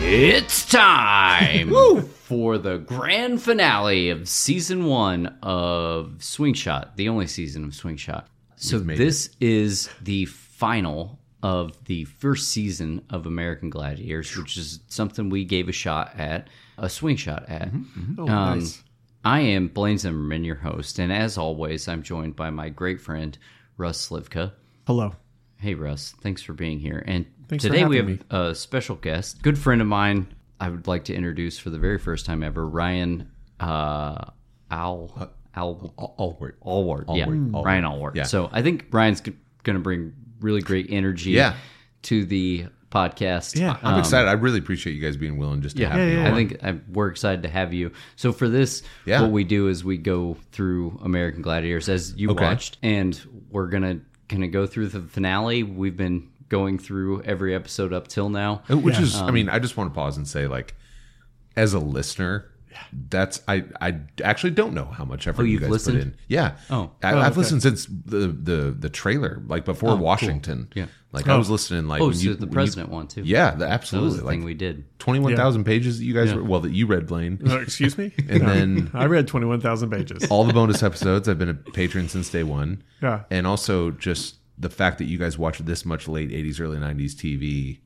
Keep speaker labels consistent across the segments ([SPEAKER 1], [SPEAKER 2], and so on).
[SPEAKER 1] It's time for the grand finale of season one of Swing Shot, the only season of Swing Shot. So, this is the final of the first season of American Gladiators, which is something we gave a shot at, a swing shot at.
[SPEAKER 2] Oh,
[SPEAKER 1] Um,
[SPEAKER 2] nice.
[SPEAKER 1] I am Blaine Zimmerman, your host, and as always, I'm joined by my great friend, Russ Slivka.
[SPEAKER 2] Hello.
[SPEAKER 1] Hey, Russ. Thanks for being here. And
[SPEAKER 2] Thanks for
[SPEAKER 1] today we have
[SPEAKER 2] having
[SPEAKER 1] a special guest, good friend of mine. I would like to introduce for the very first time ever, Ryan uh, Al Al
[SPEAKER 3] Al- Alward.
[SPEAKER 1] Allward. Yeah,
[SPEAKER 3] Allward, Allward.
[SPEAKER 1] Ryan Allward.
[SPEAKER 3] Yeah.
[SPEAKER 1] So I think Ryan's going to bring really great energy
[SPEAKER 3] Yeah.
[SPEAKER 1] to the podcast.
[SPEAKER 2] Yeah.
[SPEAKER 3] I'm excited. I really appreciate you guys being willing just to have
[SPEAKER 2] Yeah,
[SPEAKER 3] me.
[SPEAKER 2] yeah,
[SPEAKER 3] on.
[SPEAKER 1] I think i we're excited to have you. So for this,
[SPEAKER 3] Yeah.
[SPEAKER 1] what we do is we go through American Gladiators as you
[SPEAKER 3] Okay.
[SPEAKER 1] watched, and we're gonna gonna go through the finale. We've been going through every episode up till now.
[SPEAKER 3] Which is, I
[SPEAKER 1] Um,
[SPEAKER 3] mean, I just want to pause and say, like, as a listener, that's I I actually don't know how much effort you
[SPEAKER 1] Oh, you've
[SPEAKER 3] guys
[SPEAKER 1] listened?
[SPEAKER 3] put in. Yeah.
[SPEAKER 1] Oh.
[SPEAKER 3] I, I've listened since the the the trailer, like before Washington.
[SPEAKER 1] Yeah.
[SPEAKER 3] Like I was listening, like
[SPEAKER 1] Oh,
[SPEAKER 3] when
[SPEAKER 1] so
[SPEAKER 3] you-
[SPEAKER 1] the
[SPEAKER 3] when you-
[SPEAKER 1] president one too.
[SPEAKER 3] yeah, the,
[SPEAKER 1] that was
[SPEAKER 3] absolutely.
[SPEAKER 1] the
[SPEAKER 3] Like
[SPEAKER 1] thing we did.
[SPEAKER 3] twenty one thousand pages that you guys, were, well, that you read, Blaine,
[SPEAKER 2] Uh, excuse me?
[SPEAKER 3] and then
[SPEAKER 2] I read 21,000 pages.
[SPEAKER 3] all the bonus episodes. I've been a patron since day one.
[SPEAKER 2] Yeah.
[SPEAKER 3] And also just the fact that you guys watch this much late 80s, early 90s TV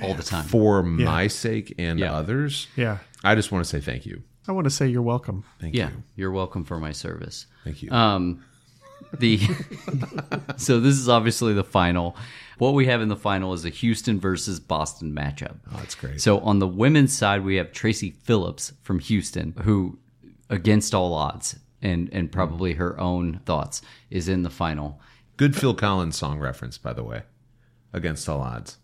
[SPEAKER 1] all the time.
[SPEAKER 3] for my sake and
[SPEAKER 1] Yeah.
[SPEAKER 3] others.
[SPEAKER 2] Yeah.
[SPEAKER 3] I just want to say thank you.
[SPEAKER 2] I want to say you're welcome.
[SPEAKER 3] Thank
[SPEAKER 1] Yeah,
[SPEAKER 3] you.
[SPEAKER 1] you're welcome for my service.
[SPEAKER 3] Thank you.
[SPEAKER 1] Um, the so this is obviously the final. What we have in the final is a Houston versus Boston matchup.
[SPEAKER 3] oh, that's great.
[SPEAKER 1] So on the women's side, we have Tracy Phillips from Houston, who, against all odds and and probably her own thoughts, is in the final.
[SPEAKER 3] Good Phil Collins song reference, by the way, against all odds.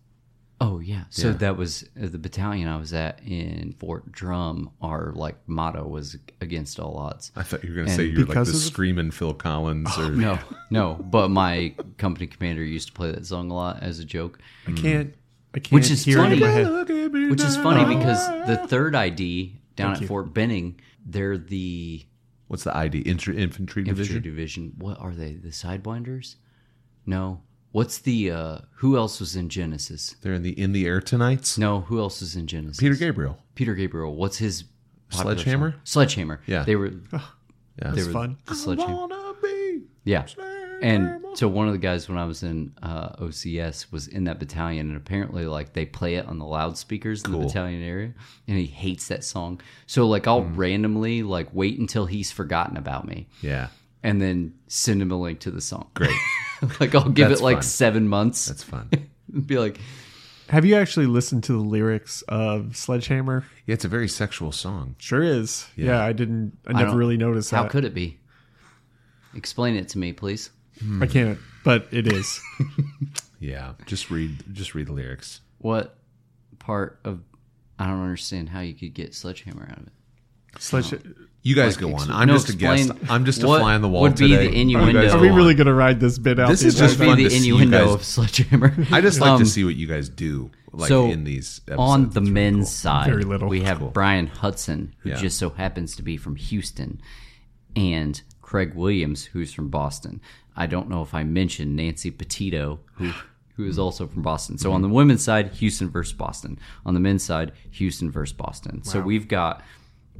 [SPEAKER 1] Oh yeah, so that was uh, the battalion I was at in Fort Drum. Our like motto was against all odds.
[SPEAKER 3] I thought you were going to say you're like
[SPEAKER 2] because
[SPEAKER 3] the
[SPEAKER 2] of the- Oh,
[SPEAKER 3] screaming Phil Collins or
[SPEAKER 1] No, no, but my company commander used to play that song a lot as a joke.
[SPEAKER 2] I can't. I can't
[SPEAKER 1] Hmm. Which is
[SPEAKER 2] hear it
[SPEAKER 1] funny.
[SPEAKER 2] in my head.
[SPEAKER 3] Look at me
[SPEAKER 1] Which is
[SPEAKER 3] now.
[SPEAKER 1] funny because the third ID down at Fort Benning, they're the
[SPEAKER 3] What's the ID? Intra-
[SPEAKER 1] infantry
[SPEAKER 3] infantry division?
[SPEAKER 1] division. What are they? The Sidewinders? No. What's the uh who else was in Genesis?
[SPEAKER 3] They're in the in the air tonight's.
[SPEAKER 1] No, who else was in Genesis?
[SPEAKER 3] Peter Gabriel.
[SPEAKER 1] Peter Gabriel. What's his popular song?
[SPEAKER 3] Sledgehammer?
[SPEAKER 1] Sledgehammer.
[SPEAKER 3] Yeah.
[SPEAKER 1] They were
[SPEAKER 3] Yeah.
[SPEAKER 1] they
[SPEAKER 3] That's
[SPEAKER 1] were
[SPEAKER 2] fun.
[SPEAKER 1] the Sledgehammer.
[SPEAKER 3] Wanna be
[SPEAKER 1] Yeah.
[SPEAKER 3] Sledgehammer.
[SPEAKER 1] And so one of the guys when I was in uh, OCS was in that battalion, and apparently like they play it on the loudspeakers in the battalion area, and he hates that song. So like I'll
[SPEAKER 3] Mm.
[SPEAKER 1] randomly like wait until he's forgotten about me,
[SPEAKER 3] yeah.
[SPEAKER 1] and then send him a link to the song.
[SPEAKER 3] Great.
[SPEAKER 1] like I'll give
[SPEAKER 3] That's
[SPEAKER 1] it like
[SPEAKER 3] fun.
[SPEAKER 1] seven months.
[SPEAKER 3] That's fun.
[SPEAKER 1] be like,
[SPEAKER 2] Have you actually listened to the lyrics of Sledgehammer?
[SPEAKER 3] Yeah, it's a very sexual song.
[SPEAKER 2] Sure is. Yeah, I didn't. I, never
[SPEAKER 1] don't-
[SPEAKER 2] really noticed
[SPEAKER 1] how
[SPEAKER 2] that.
[SPEAKER 1] could it be? Explain it to me, please.
[SPEAKER 2] I can't, but it is.
[SPEAKER 3] Yeah, just read just read the lyrics.
[SPEAKER 1] What part of I don't understand how you could get sledgehammer out of it.
[SPEAKER 2] Sledge-
[SPEAKER 3] You guys go on. I'm
[SPEAKER 1] no,
[SPEAKER 3] just a guest.
[SPEAKER 1] explain
[SPEAKER 3] I'm just a
[SPEAKER 1] what
[SPEAKER 3] fly on the wall
[SPEAKER 1] would be
[SPEAKER 3] today.
[SPEAKER 1] the
[SPEAKER 3] You guys
[SPEAKER 1] innuendo.
[SPEAKER 3] go
[SPEAKER 2] Are we
[SPEAKER 3] on.
[SPEAKER 2] really going to ride this bit out?
[SPEAKER 3] This
[SPEAKER 2] the
[SPEAKER 3] is
[SPEAKER 2] entire
[SPEAKER 3] just
[SPEAKER 2] time?
[SPEAKER 3] fun
[SPEAKER 1] be
[SPEAKER 3] to
[SPEAKER 1] the
[SPEAKER 3] see you
[SPEAKER 1] innuendo
[SPEAKER 3] guys-
[SPEAKER 1] of sledgehammer.
[SPEAKER 3] I just like
[SPEAKER 1] Um,
[SPEAKER 3] to see what you guys do, like
[SPEAKER 1] so,
[SPEAKER 3] in these episodes.
[SPEAKER 1] On the
[SPEAKER 3] It's really
[SPEAKER 1] men's
[SPEAKER 3] cool.
[SPEAKER 1] side,
[SPEAKER 2] Very little.
[SPEAKER 1] we have Brian Hudson, who
[SPEAKER 3] Yeah.
[SPEAKER 1] just so happens to be from Houston, and Craig Williams, who's from Boston. I don't know if I mentioned Nancy Petito, who who is also from Boston. So on the women's side, Houston versus Boston. On the men's side, Houston versus Boston. So we've got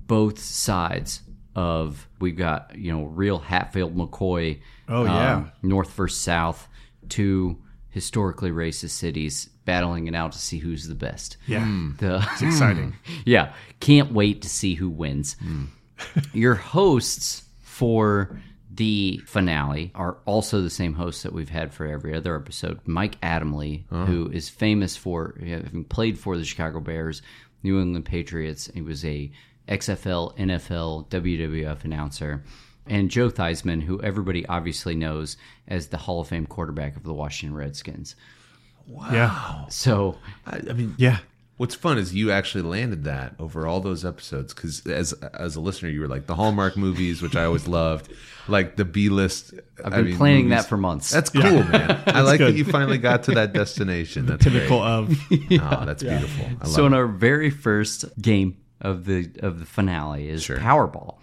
[SPEAKER 1] both sides of we've got you know real Hatfield McCoy. um,
[SPEAKER 2] Oh, yeah.
[SPEAKER 1] north versus south, two historically racist cities battling it out to see who's the best.
[SPEAKER 2] Yeah.
[SPEAKER 1] The
[SPEAKER 2] It's exciting.
[SPEAKER 1] yeah, can't wait to see who wins. Your hosts for the finale are also the same hosts that we've had for every other episode. Mike Adamley, who is famous for having played for the Chicago Bears, New England Patriots. He was a XFL, NFL, WWF announcer. And Joe Theismann, who everybody obviously knows as the Hall of Fame quarterback of the Washington Redskins. Hmm.
[SPEAKER 2] Yeah.
[SPEAKER 1] So
[SPEAKER 3] I, I mean,
[SPEAKER 2] Yeah.
[SPEAKER 3] what's fun is you actually landed that over all those episodes because as as a listener, you were like the Hallmark movies, which I always loved, like the B list. I've
[SPEAKER 1] been planning that for months.
[SPEAKER 3] That's cool, man. I like
[SPEAKER 2] good.
[SPEAKER 3] that you finally got to that destination. That's
[SPEAKER 2] Pinnacle of.
[SPEAKER 3] Great. Oh, that's beautiful. I love
[SPEAKER 1] So
[SPEAKER 3] it.
[SPEAKER 1] in our very first game of the of the finale is Powerball.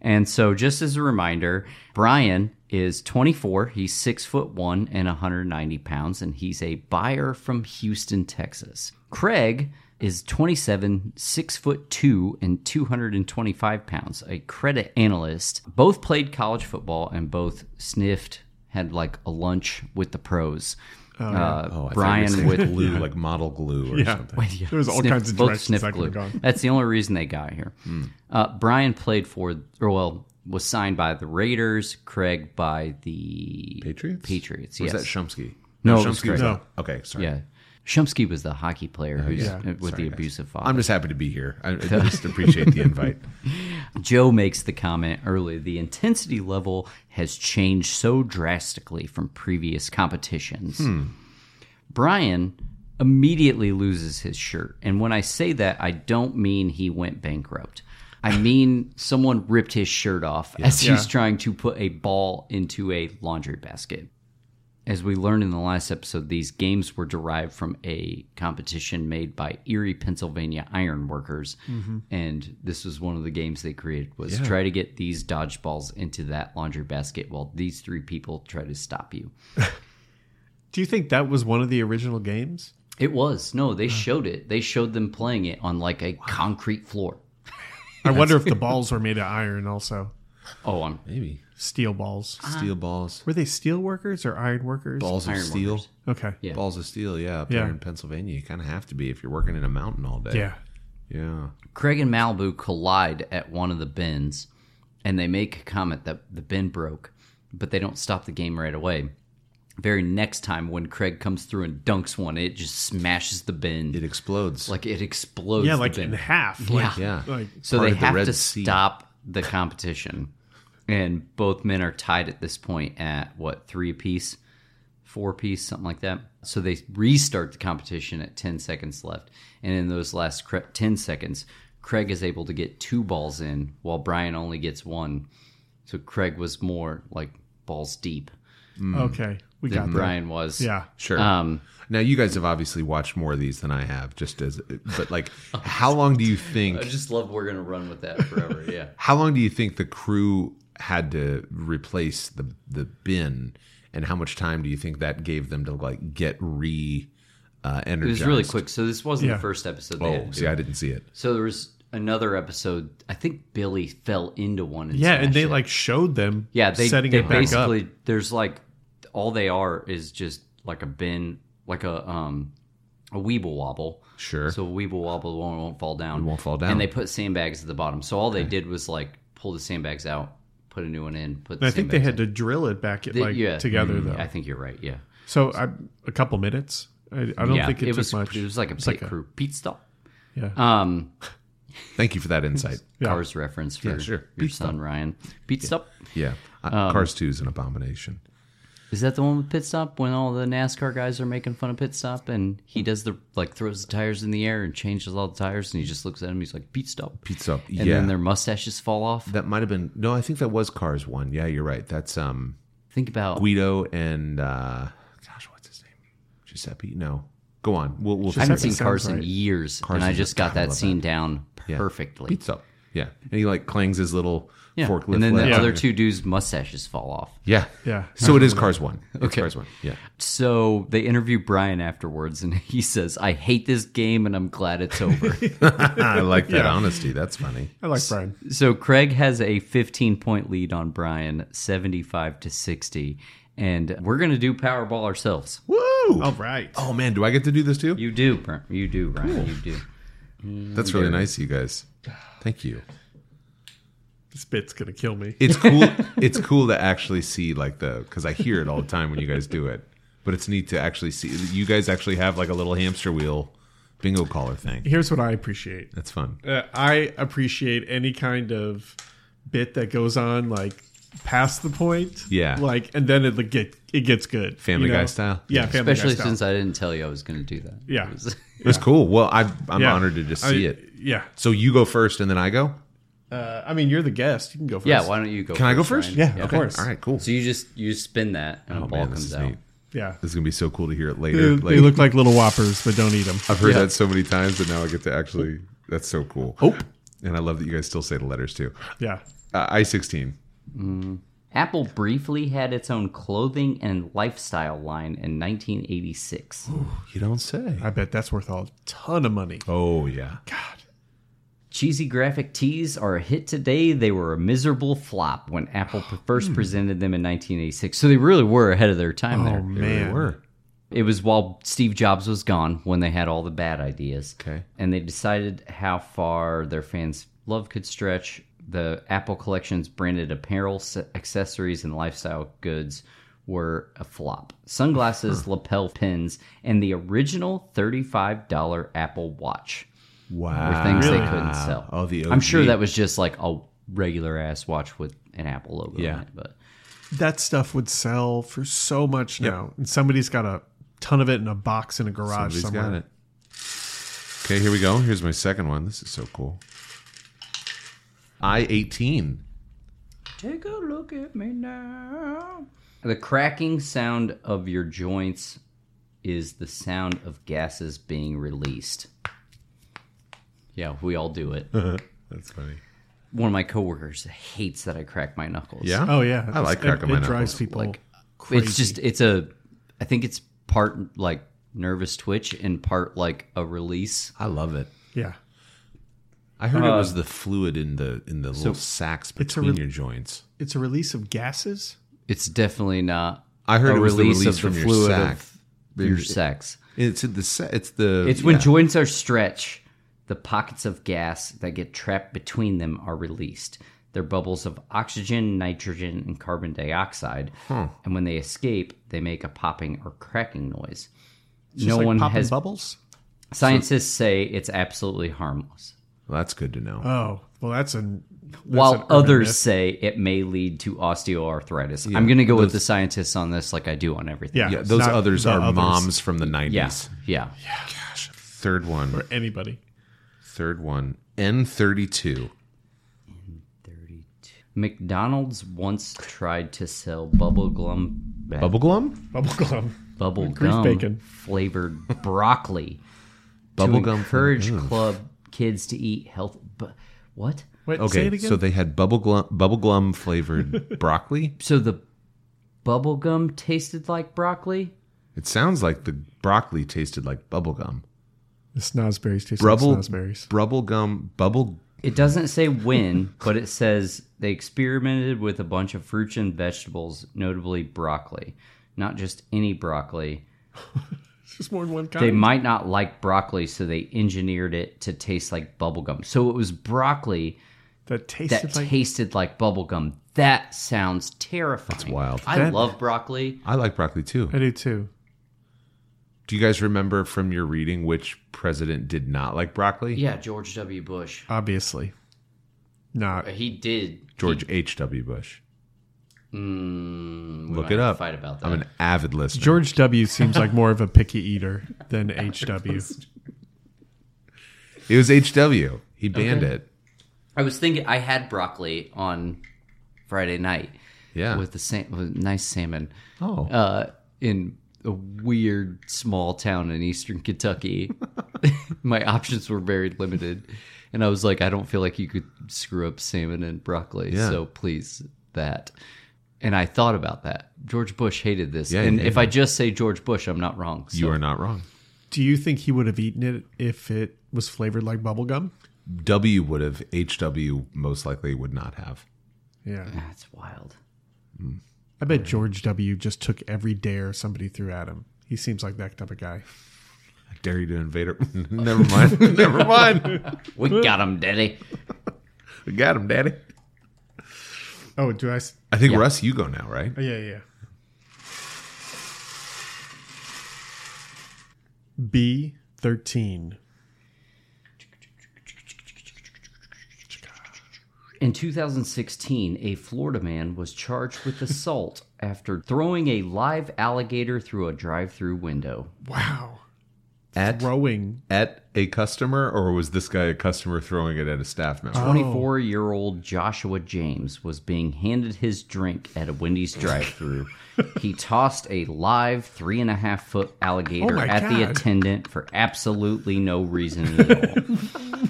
[SPEAKER 1] And so just as a reminder, Brian is 24. He's six foot one and 190 pounds, and he's a buyer from Houston, Texas. Craig is 27, 6 foot 2, and 225 pounds, a credit analyst. Both played college football and both sniffed, had like a lunch with the pros. uh,
[SPEAKER 3] Oh, I
[SPEAKER 1] Brian with
[SPEAKER 3] glue, like model glue or something.
[SPEAKER 1] yeah,
[SPEAKER 2] There was all
[SPEAKER 1] sniff-
[SPEAKER 2] kinds of
[SPEAKER 1] both
[SPEAKER 2] directions
[SPEAKER 1] sniff
[SPEAKER 2] I could
[SPEAKER 1] glue.
[SPEAKER 2] have gone. Hmm.
[SPEAKER 1] That's the only reason they got here. Uh, Brian played for, or well, was signed by the Raiders. Craig by the
[SPEAKER 3] Patriots?
[SPEAKER 1] Patriots.
[SPEAKER 3] Or
[SPEAKER 1] Yes.
[SPEAKER 3] Was that Shumsky?
[SPEAKER 1] No, it was
[SPEAKER 3] Shumsky. Was
[SPEAKER 2] Craig.
[SPEAKER 3] Okay, sorry.
[SPEAKER 1] yeah. Shumsky was the hockey player who's
[SPEAKER 2] yeah.
[SPEAKER 1] uh, with the abusive father.
[SPEAKER 3] I'm just happy to be here. I I just appreciate the invite.
[SPEAKER 1] Joe makes the comment early the intensity level has changed so drastically from previous competitions. Brian immediately loses his shirt. And when I say that, I don't mean he went bankrupt. I mean someone ripped his shirt off as he's
[SPEAKER 2] Yeah.
[SPEAKER 1] trying to put a ball into a laundry basket. As we learned in the last episode, these games were derived from a competition made by Erie, Pennsylvania ironworkers, and this was one of the games they created was try to get these dodgeballs into that laundry basket while these three people try to stop you.
[SPEAKER 2] Do you think that was one of the original games?
[SPEAKER 1] It was no, they showed it. They showed them playing it on like a concrete floor.
[SPEAKER 2] I wonder if the balls were made of iron also.
[SPEAKER 1] Oh, I'm
[SPEAKER 3] Maybe
[SPEAKER 2] Steel balls.
[SPEAKER 1] Uh,
[SPEAKER 3] steel balls,
[SPEAKER 2] Were they steel workers or iron workers?
[SPEAKER 3] balls of steel,
[SPEAKER 1] workers.
[SPEAKER 2] Okay. Yeah.
[SPEAKER 3] balls of steel. Yeah, up
[SPEAKER 2] Yeah.
[SPEAKER 3] there in Pennsylvania, you kind of have to be if you're working in a mountain all day. yeah.
[SPEAKER 1] Craig and Malibu collide at one of the bins, and they make a comment that the bin broke, but they don't stop the game right away. Very next time, when Craig comes through and dunks one, it just smashes the bin.
[SPEAKER 3] It explodes.
[SPEAKER 1] like it explodes.
[SPEAKER 2] Yeah,
[SPEAKER 1] the
[SPEAKER 2] like
[SPEAKER 1] bin.
[SPEAKER 2] in half.
[SPEAKER 1] Yeah.
[SPEAKER 2] Like,
[SPEAKER 3] yeah,
[SPEAKER 2] like
[SPEAKER 1] So
[SPEAKER 3] part
[SPEAKER 1] they
[SPEAKER 3] of the
[SPEAKER 1] have
[SPEAKER 3] Red
[SPEAKER 1] to
[SPEAKER 3] Sea.
[SPEAKER 1] stop the competition, and both men are tied at this point at what three apiece, four apiece, something like that. So they restart the competition at ten seconds left, and in those last cre- ten seconds, Craig is able to get two balls in, while Brian only gets one. So Craig was more like balls deep Mm.
[SPEAKER 2] okay. We
[SPEAKER 1] than
[SPEAKER 2] got that.
[SPEAKER 1] Brian was.
[SPEAKER 2] Yeah.
[SPEAKER 3] sure.
[SPEAKER 1] Um,
[SPEAKER 3] now you guys have obviously watched more of these than I have. Just as, but like, how long do you think?
[SPEAKER 1] I just love we're gonna run with that forever. Yeah.
[SPEAKER 3] How long do you think the crew had to replace the the bin, and how much time do you think that gave them to like get re uh, energized?
[SPEAKER 1] It was really quick. So this wasn't
[SPEAKER 2] Yeah.
[SPEAKER 1] the first episode. They had
[SPEAKER 3] Oh,
[SPEAKER 1] to do.
[SPEAKER 3] see, I didn't see it.
[SPEAKER 1] So there was another episode. I think Billy fell into one. And
[SPEAKER 2] Yeah, and
[SPEAKER 1] smashed
[SPEAKER 2] they
[SPEAKER 1] it.
[SPEAKER 2] like showed them
[SPEAKER 1] yeah they
[SPEAKER 2] setting
[SPEAKER 1] they
[SPEAKER 2] it back
[SPEAKER 1] basically
[SPEAKER 2] up.
[SPEAKER 1] there's like all they are is just like a bin like a um a weeble wobble.
[SPEAKER 3] Sure.
[SPEAKER 1] So a weeble wobble won't, won't fall down.
[SPEAKER 3] won't fall down.
[SPEAKER 1] And they put sandbags at the bottom. So all they did was like pull the sandbags out, put a new one in, put. The
[SPEAKER 2] And I think they
[SPEAKER 1] sandbags
[SPEAKER 2] had to drill it back it,
[SPEAKER 1] in.
[SPEAKER 2] like
[SPEAKER 1] yeah.
[SPEAKER 2] together
[SPEAKER 1] Mm,
[SPEAKER 2] though.
[SPEAKER 1] I think you're right. Yeah.
[SPEAKER 2] So I, a couple minutes. I, I don't
[SPEAKER 1] yeah.
[SPEAKER 2] think it, took
[SPEAKER 1] was
[SPEAKER 2] much.
[SPEAKER 1] it was like a pit
[SPEAKER 2] like a-
[SPEAKER 1] crew pit stop.
[SPEAKER 2] yeah.
[SPEAKER 1] Um,
[SPEAKER 3] Thank you for that insight.
[SPEAKER 2] Yeah.
[SPEAKER 1] Cars reference for
[SPEAKER 3] sure.
[SPEAKER 1] your son Ryan. Pit stop.
[SPEAKER 3] Yeah,
[SPEAKER 1] Um,
[SPEAKER 3] Uh Cars Two is an abomination.
[SPEAKER 1] Is that the one with pit stop when all the NASCAR guys are making fun of pit stop and he does the like throws the tires in the air and changes all the tires and he just looks at him he's like pit stop
[SPEAKER 3] Pete Stop.
[SPEAKER 1] and
[SPEAKER 3] yeah,
[SPEAKER 1] then their mustaches fall off.
[SPEAKER 3] that might have been. No, I think that was Cars One. Yeah, you're right. That's um
[SPEAKER 1] Think about
[SPEAKER 3] Guido and uh gosh, what's his name? Giuseppe. No, go on. We'll we'll
[SPEAKER 1] I haven't
[SPEAKER 2] That
[SPEAKER 1] seen
[SPEAKER 2] sounds
[SPEAKER 1] Cars in
[SPEAKER 2] right.
[SPEAKER 1] years and I
[SPEAKER 3] is-
[SPEAKER 1] just
[SPEAKER 3] God,
[SPEAKER 1] got
[SPEAKER 3] I
[SPEAKER 1] that
[SPEAKER 3] love
[SPEAKER 1] scene down perfectly.
[SPEAKER 3] Pete Stop. Yeah, and he like clangs his little
[SPEAKER 1] Yeah.
[SPEAKER 3] forklift.
[SPEAKER 1] And then the
[SPEAKER 3] leg.
[SPEAKER 1] other two dudes mustaches fall off.
[SPEAKER 3] Yeah.
[SPEAKER 2] Yeah.
[SPEAKER 3] So it is Cars One. It's
[SPEAKER 1] Okay.
[SPEAKER 3] Cars One. Yeah.
[SPEAKER 1] So they interview Brian afterwards and he says, "I hate this game and I'm glad it's over."
[SPEAKER 3] I like that honesty. That's funny.
[SPEAKER 2] I like Brian.
[SPEAKER 1] So Craig has a 15 point lead on Brian, 75 to 60, and we're gonna do Powerball ourselves.
[SPEAKER 3] Woo!
[SPEAKER 2] All
[SPEAKER 3] Oh,
[SPEAKER 2] right.
[SPEAKER 3] man, do I get to do this too?
[SPEAKER 1] You do, Bri- you do, Brian. You do.
[SPEAKER 3] That's really nice, of you guys. Thank you.
[SPEAKER 2] This bit's gonna kill me.
[SPEAKER 3] It's cool. it's cool to actually see like the because I hear it all the time when you guys do it, but it's neat to actually see. You guys actually have like a little hamster wheel bingo caller thing.
[SPEAKER 2] Here's what I appreciate.
[SPEAKER 3] That's fun.
[SPEAKER 2] Uh, I appreciate any kind of bit that goes on like past the point.
[SPEAKER 3] Yeah.
[SPEAKER 2] Like and then it like, get it gets good.
[SPEAKER 3] Family
[SPEAKER 2] you know?
[SPEAKER 3] Guy style?
[SPEAKER 2] Yeah,
[SPEAKER 3] Yeah.
[SPEAKER 2] Family
[SPEAKER 1] Especially
[SPEAKER 2] Guy style.
[SPEAKER 1] since I didn't tell you I was gonna do that.
[SPEAKER 2] Yeah.
[SPEAKER 3] It's cool. Well, I, I'm
[SPEAKER 2] Yeah.
[SPEAKER 3] honored to just see
[SPEAKER 2] I-
[SPEAKER 3] it.
[SPEAKER 2] Yeah.
[SPEAKER 3] So you go first, and then I go.
[SPEAKER 2] Uh, I mean you're the guest. You can go first.
[SPEAKER 1] yeah. Why don't you go?
[SPEAKER 3] Can I go first?
[SPEAKER 1] Ryan?
[SPEAKER 2] Yeah, of course.
[SPEAKER 3] All right. Cool.
[SPEAKER 1] So you just you spin that and a ball
[SPEAKER 3] Oh, this
[SPEAKER 1] comes
[SPEAKER 3] is
[SPEAKER 1] out.
[SPEAKER 3] neat.
[SPEAKER 2] Yeah.
[SPEAKER 3] This is gonna be so cool to hear it
[SPEAKER 2] They,
[SPEAKER 3] later.
[SPEAKER 2] they
[SPEAKER 3] Like,
[SPEAKER 2] look like little whoppers, but don't eat them.
[SPEAKER 3] I've heard
[SPEAKER 1] Yeah.
[SPEAKER 3] that so many times, but now I get to actually. That's so cool.
[SPEAKER 2] Hope.
[SPEAKER 3] And Uh, I love that you guys still say the letters too.
[SPEAKER 2] Yeah.
[SPEAKER 3] Uh, I 16.
[SPEAKER 1] Apple briefly had its own clothing and lifestyle line in 1986.
[SPEAKER 3] You don't say.
[SPEAKER 2] I bet that's worth a ton of money.
[SPEAKER 3] Oh yeah.
[SPEAKER 1] Cheesy graphic tees are a hit today. They were a miserable flop when Apple
[SPEAKER 3] Hmm.
[SPEAKER 1] first presented them in 1986. So they really were ahead of their time
[SPEAKER 2] Oh
[SPEAKER 1] there.
[SPEAKER 2] man,
[SPEAKER 3] They were.
[SPEAKER 1] It was while Steve Jobs was gone when they had all the bad ideas.
[SPEAKER 3] Okay.
[SPEAKER 1] And they decided how far their fans' love could stretch. The Apple Collection's branded apparel, s- accessories, and lifestyle goods were a flop. Sunglasses, lapel pins, and the original $35 Apple Watch were
[SPEAKER 3] Wow.
[SPEAKER 1] things they couldn't sell.
[SPEAKER 3] Ah. Oh, the
[SPEAKER 1] I'm sure
[SPEAKER 3] OG.
[SPEAKER 1] that was just like a regular ass watch with an Apple logo
[SPEAKER 3] Yeah.
[SPEAKER 1] on it. But
[SPEAKER 2] that stuff would sell for so much now, and somebody's got a ton of it in a box in a garage
[SPEAKER 3] Somebody's
[SPEAKER 2] somewhere.
[SPEAKER 3] got it. Okay, here we go. Here's my second one. This is so cool. I eighteen.
[SPEAKER 1] Take a look at me now. The cracking sound of your joints is the sound of gases being released. Yeah, we all do it.
[SPEAKER 3] That's funny.
[SPEAKER 1] One of my coworkers hates that I crack my knuckles.
[SPEAKER 3] Yeah.
[SPEAKER 2] Oh yeah,
[SPEAKER 3] I like
[SPEAKER 2] It-
[SPEAKER 3] cracking
[SPEAKER 2] it,
[SPEAKER 3] my
[SPEAKER 2] drives
[SPEAKER 3] knuckles.
[SPEAKER 2] people.
[SPEAKER 1] Like, It's just it's a I think it's part like nervous twitch and part like a release.
[SPEAKER 3] I love it.
[SPEAKER 2] yeah,
[SPEAKER 3] I heard it
[SPEAKER 1] Uh,
[SPEAKER 3] was the fluid in the in the little sacs
[SPEAKER 2] it's a
[SPEAKER 3] between
[SPEAKER 2] re-
[SPEAKER 3] your joints.
[SPEAKER 2] it's a release of gases.
[SPEAKER 1] It's definitely not
[SPEAKER 3] I heard
[SPEAKER 1] a
[SPEAKER 3] it was the
[SPEAKER 1] release,
[SPEAKER 3] release
[SPEAKER 1] of
[SPEAKER 3] from
[SPEAKER 1] the
[SPEAKER 3] your
[SPEAKER 1] fluid
[SPEAKER 3] sac.
[SPEAKER 1] of your sex.
[SPEAKER 3] It's the sa- it's the
[SPEAKER 1] It's when
[SPEAKER 3] yeah.
[SPEAKER 1] joints are stretched, the pockets of gas that get trapped between them are released. They're bubbles of oxygen, nitrogen, and carbon dioxide. And when they escape, they make a popping or cracking noise.
[SPEAKER 2] It's just
[SPEAKER 1] no
[SPEAKER 2] like
[SPEAKER 1] one
[SPEAKER 2] popping
[SPEAKER 1] has.
[SPEAKER 2] bubbles.
[SPEAKER 1] Scientists say it's absolutely harmless,
[SPEAKER 3] Well, that's good to know.
[SPEAKER 2] Oh well, that's an that's an
[SPEAKER 1] while
[SPEAKER 2] urban
[SPEAKER 1] others
[SPEAKER 2] myth.
[SPEAKER 1] say it may lead to osteoarthritis. I'm going to go with the scientists on this, like I do on everything.
[SPEAKER 2] yeah,
[SPEAKER 3] yeah, those
[SPEAKER 2] not
[SPEAKER 3] others
[SPEAKER 2] the
[SPEAKER 3] are moms from the
[SPEAKER 1] Yeah.
[SPEAKER 3] nineties.
[SPEAKER 1] Yeah.
[SPEAKER 3] Third one.
[SPEAKER 2] Anybody?
[SPEAKER 3] Third one. N thirty two.
[SPEAKER 1] 32. McDonald's once tried to sell bubble gum.
[SPEAKER 3] Bubblegum?
[SPEAKER 2] Bubblegum.
[SPEAKER 1] bubble
[SPEAKER 2] Grease
[SPEAKER 1] gum
[SPEAKER 2] bacon.
[SPEAKER 1] flavored broccoli
[SPEAKER 3] Bubble
[SPEAKER 1] to
[SPEAKER 3] gum
[SPEAKER 1] encourage
[SPEAKER 3] flavored-
[SPEAKER 1] club kids to eat health. Bu- what?
[SPEAKER 2] Wait, say it
[SPEAKER 3] Okay,
[SPEAKER 2] again.
[SPEAKER 3] so they had bubblegum bubblegum flavored broccoli.
[SPEAKER 1] So the bubble gum tasted like broccoli.
[SPEAKER 3] It sounds like the broccoli tasted like bubblegum.
[SPEAKER 2] the snozberries taste
[SPEAKER 3] Brubble,
[SPEAKER 2] like snozberries.
[SPEAKER 3] bubblegum, bubble.
[SPEAKER 1] It doesn't say when, but it says they experimented with a bunch of fruits and vegetables, notably broccoli. Not just any broccoli.
[SPEAKER 2] There's more than one kind.
[SPEAKER 1] They might not like broccoli, so they engineered it to taste like bubblegum. So it was broccoli
[SPEAKER 2] that tasted
[SPEAKER 1] that
[SPEAKER 2] like
[SPEAKER 1] tasted like bubblegum. That sounds terrifying. That's
[SPEAKER 3] wild.
[SPEAKER 1] I
[SPEAKER 2] That-
[SPEAKER 1] love broccoli.
[SPEAKER 3] I like broccoli too.
[SPEAKER 2] I do too.
[SPEAKER 3] Do you guys remember from your reading which president did not like broccoli?
[SPEAKER 1] Yeah, George W. Bush.
[SPEAKER 2] Obviously, not.
[SPEAKER 1] He did.
[SPEAKER 3] George H.W. Bush.
[SPEAKER 1] Mm, we
[SPEAKER 3] Look
[SPEAKER 1] might
[SPEAKER 3] it
[SPEAKER 1] have
[SPEAKER 3] up.
[SPEAKER 1] to Fight about that.
[SPEAKER 3] I'm an avid listener.
[SPEAKER 2] George W. seems like more of a picky eater than H.W.
[SPEAKER 3] It was H.W. He banned
[SPEAKER 1] Okay.
[SPEAKER 3] it.
[SPEAKER 1] I was thinking I had broccoli on Friday night
[SPEAKER 3] Yeah.
[SPEAKER 1] with the sam- with nice salmon
[SPEAKER 3] oh.
[SPEAKER 1] uh, in a weird small town in eastern Kentucky. My options were very limited, and I was like, I don't feel like you could screw up salmon and broccoli,
[SPEAKER 3] Yeah.
[SPEAKER 1] so please that. And I thought about that. George Bush hated this,
[SPEAKER 3] Yeah, he
[SPEAKER 1] and
[SPEAKER 3] did.
[SPEAKER 1] if I just say George Bush, I'm not wrong. So.
[SPEAKER 3] you are not wrong.
[SPEAKER 2] Do you think he would have eaten it if it was flavored like bubblegum?
[SPEAKER 3] W would have. H.W. most likely would not have.
[SPEAKER 2] Yeah.
[SPEAKER 1] That's wild.
[SPEAKER 2] I bet George W. just took every dare somebody threw at him. He seems like that type of guy.
[SPEAKER 3] I dare you to invade her. Never mind. Never mind.
[SPEAKER 1] We got him, Daddy.
[SPEAKER 3] We got him, Daddy.
[SPEAKER 2] Oh, do I? s-
[SPEAKER 3] I think, Russ, you go now, right?
[SPEAKER 2] Oh, yeah, yeah. B thirteen.
[SPEAKER 1] In 2016, a Florida man was charged with assault after throwing a live alligator through a drive-through window.
[SPEAKER 2] Wow.
[SPEAKER 3] At
[SPEAKER 2] Rowing.
[SPEAKER 3] at a customer, or was this guy a customer throwing it at a staff member?
[SPEAKER 1] 24 year old Joshua James was being handed his drink at a Wendy's drive thru. he tossed a live three and a half foot
[SPEAKER 2] Oh
[SPEAKER 1] alligator
[SPEAKER 2] my
[SPEAKER 1] at the
[SPEAKER 2] God.
[SPEAKER 1] attendant for absolutely no reason at all.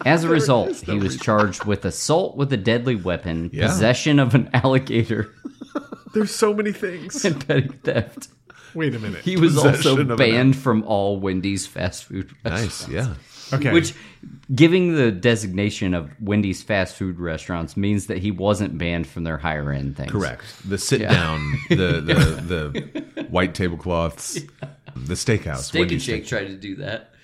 [SPEAKER 1] As a result, he was charged with assault with a deadly weapon,
[SPEAKER 3] Yeah.
[SPEAKER 1] possession of an alligator,
[SPEAKER 2] There's so many things.
[SPEAKER 1] and petty theft.
[SPEAKER 2] Wait a minute.
[SPEAKER 1] He was also
[SPEAKER 3] Possession of an
[SPEAKER 1] banned from all Wendy's fast food restaurants.
[SPEAKER 3] Nice, yeah.
[SPEAKER 2] Okay.
[SPEAKER 1] Which, giving the designation of Wendy's fast food restaurants means that he wasn't banned from their higher end things.
[SPEAKER 3] Correct. The sit down, the the, the white tablecloths, the steakhouse.
[SPEAKER 1] Steak and
[SPEAKER 3] Wendy's
[SPEAKER 1] Shake tried to do that.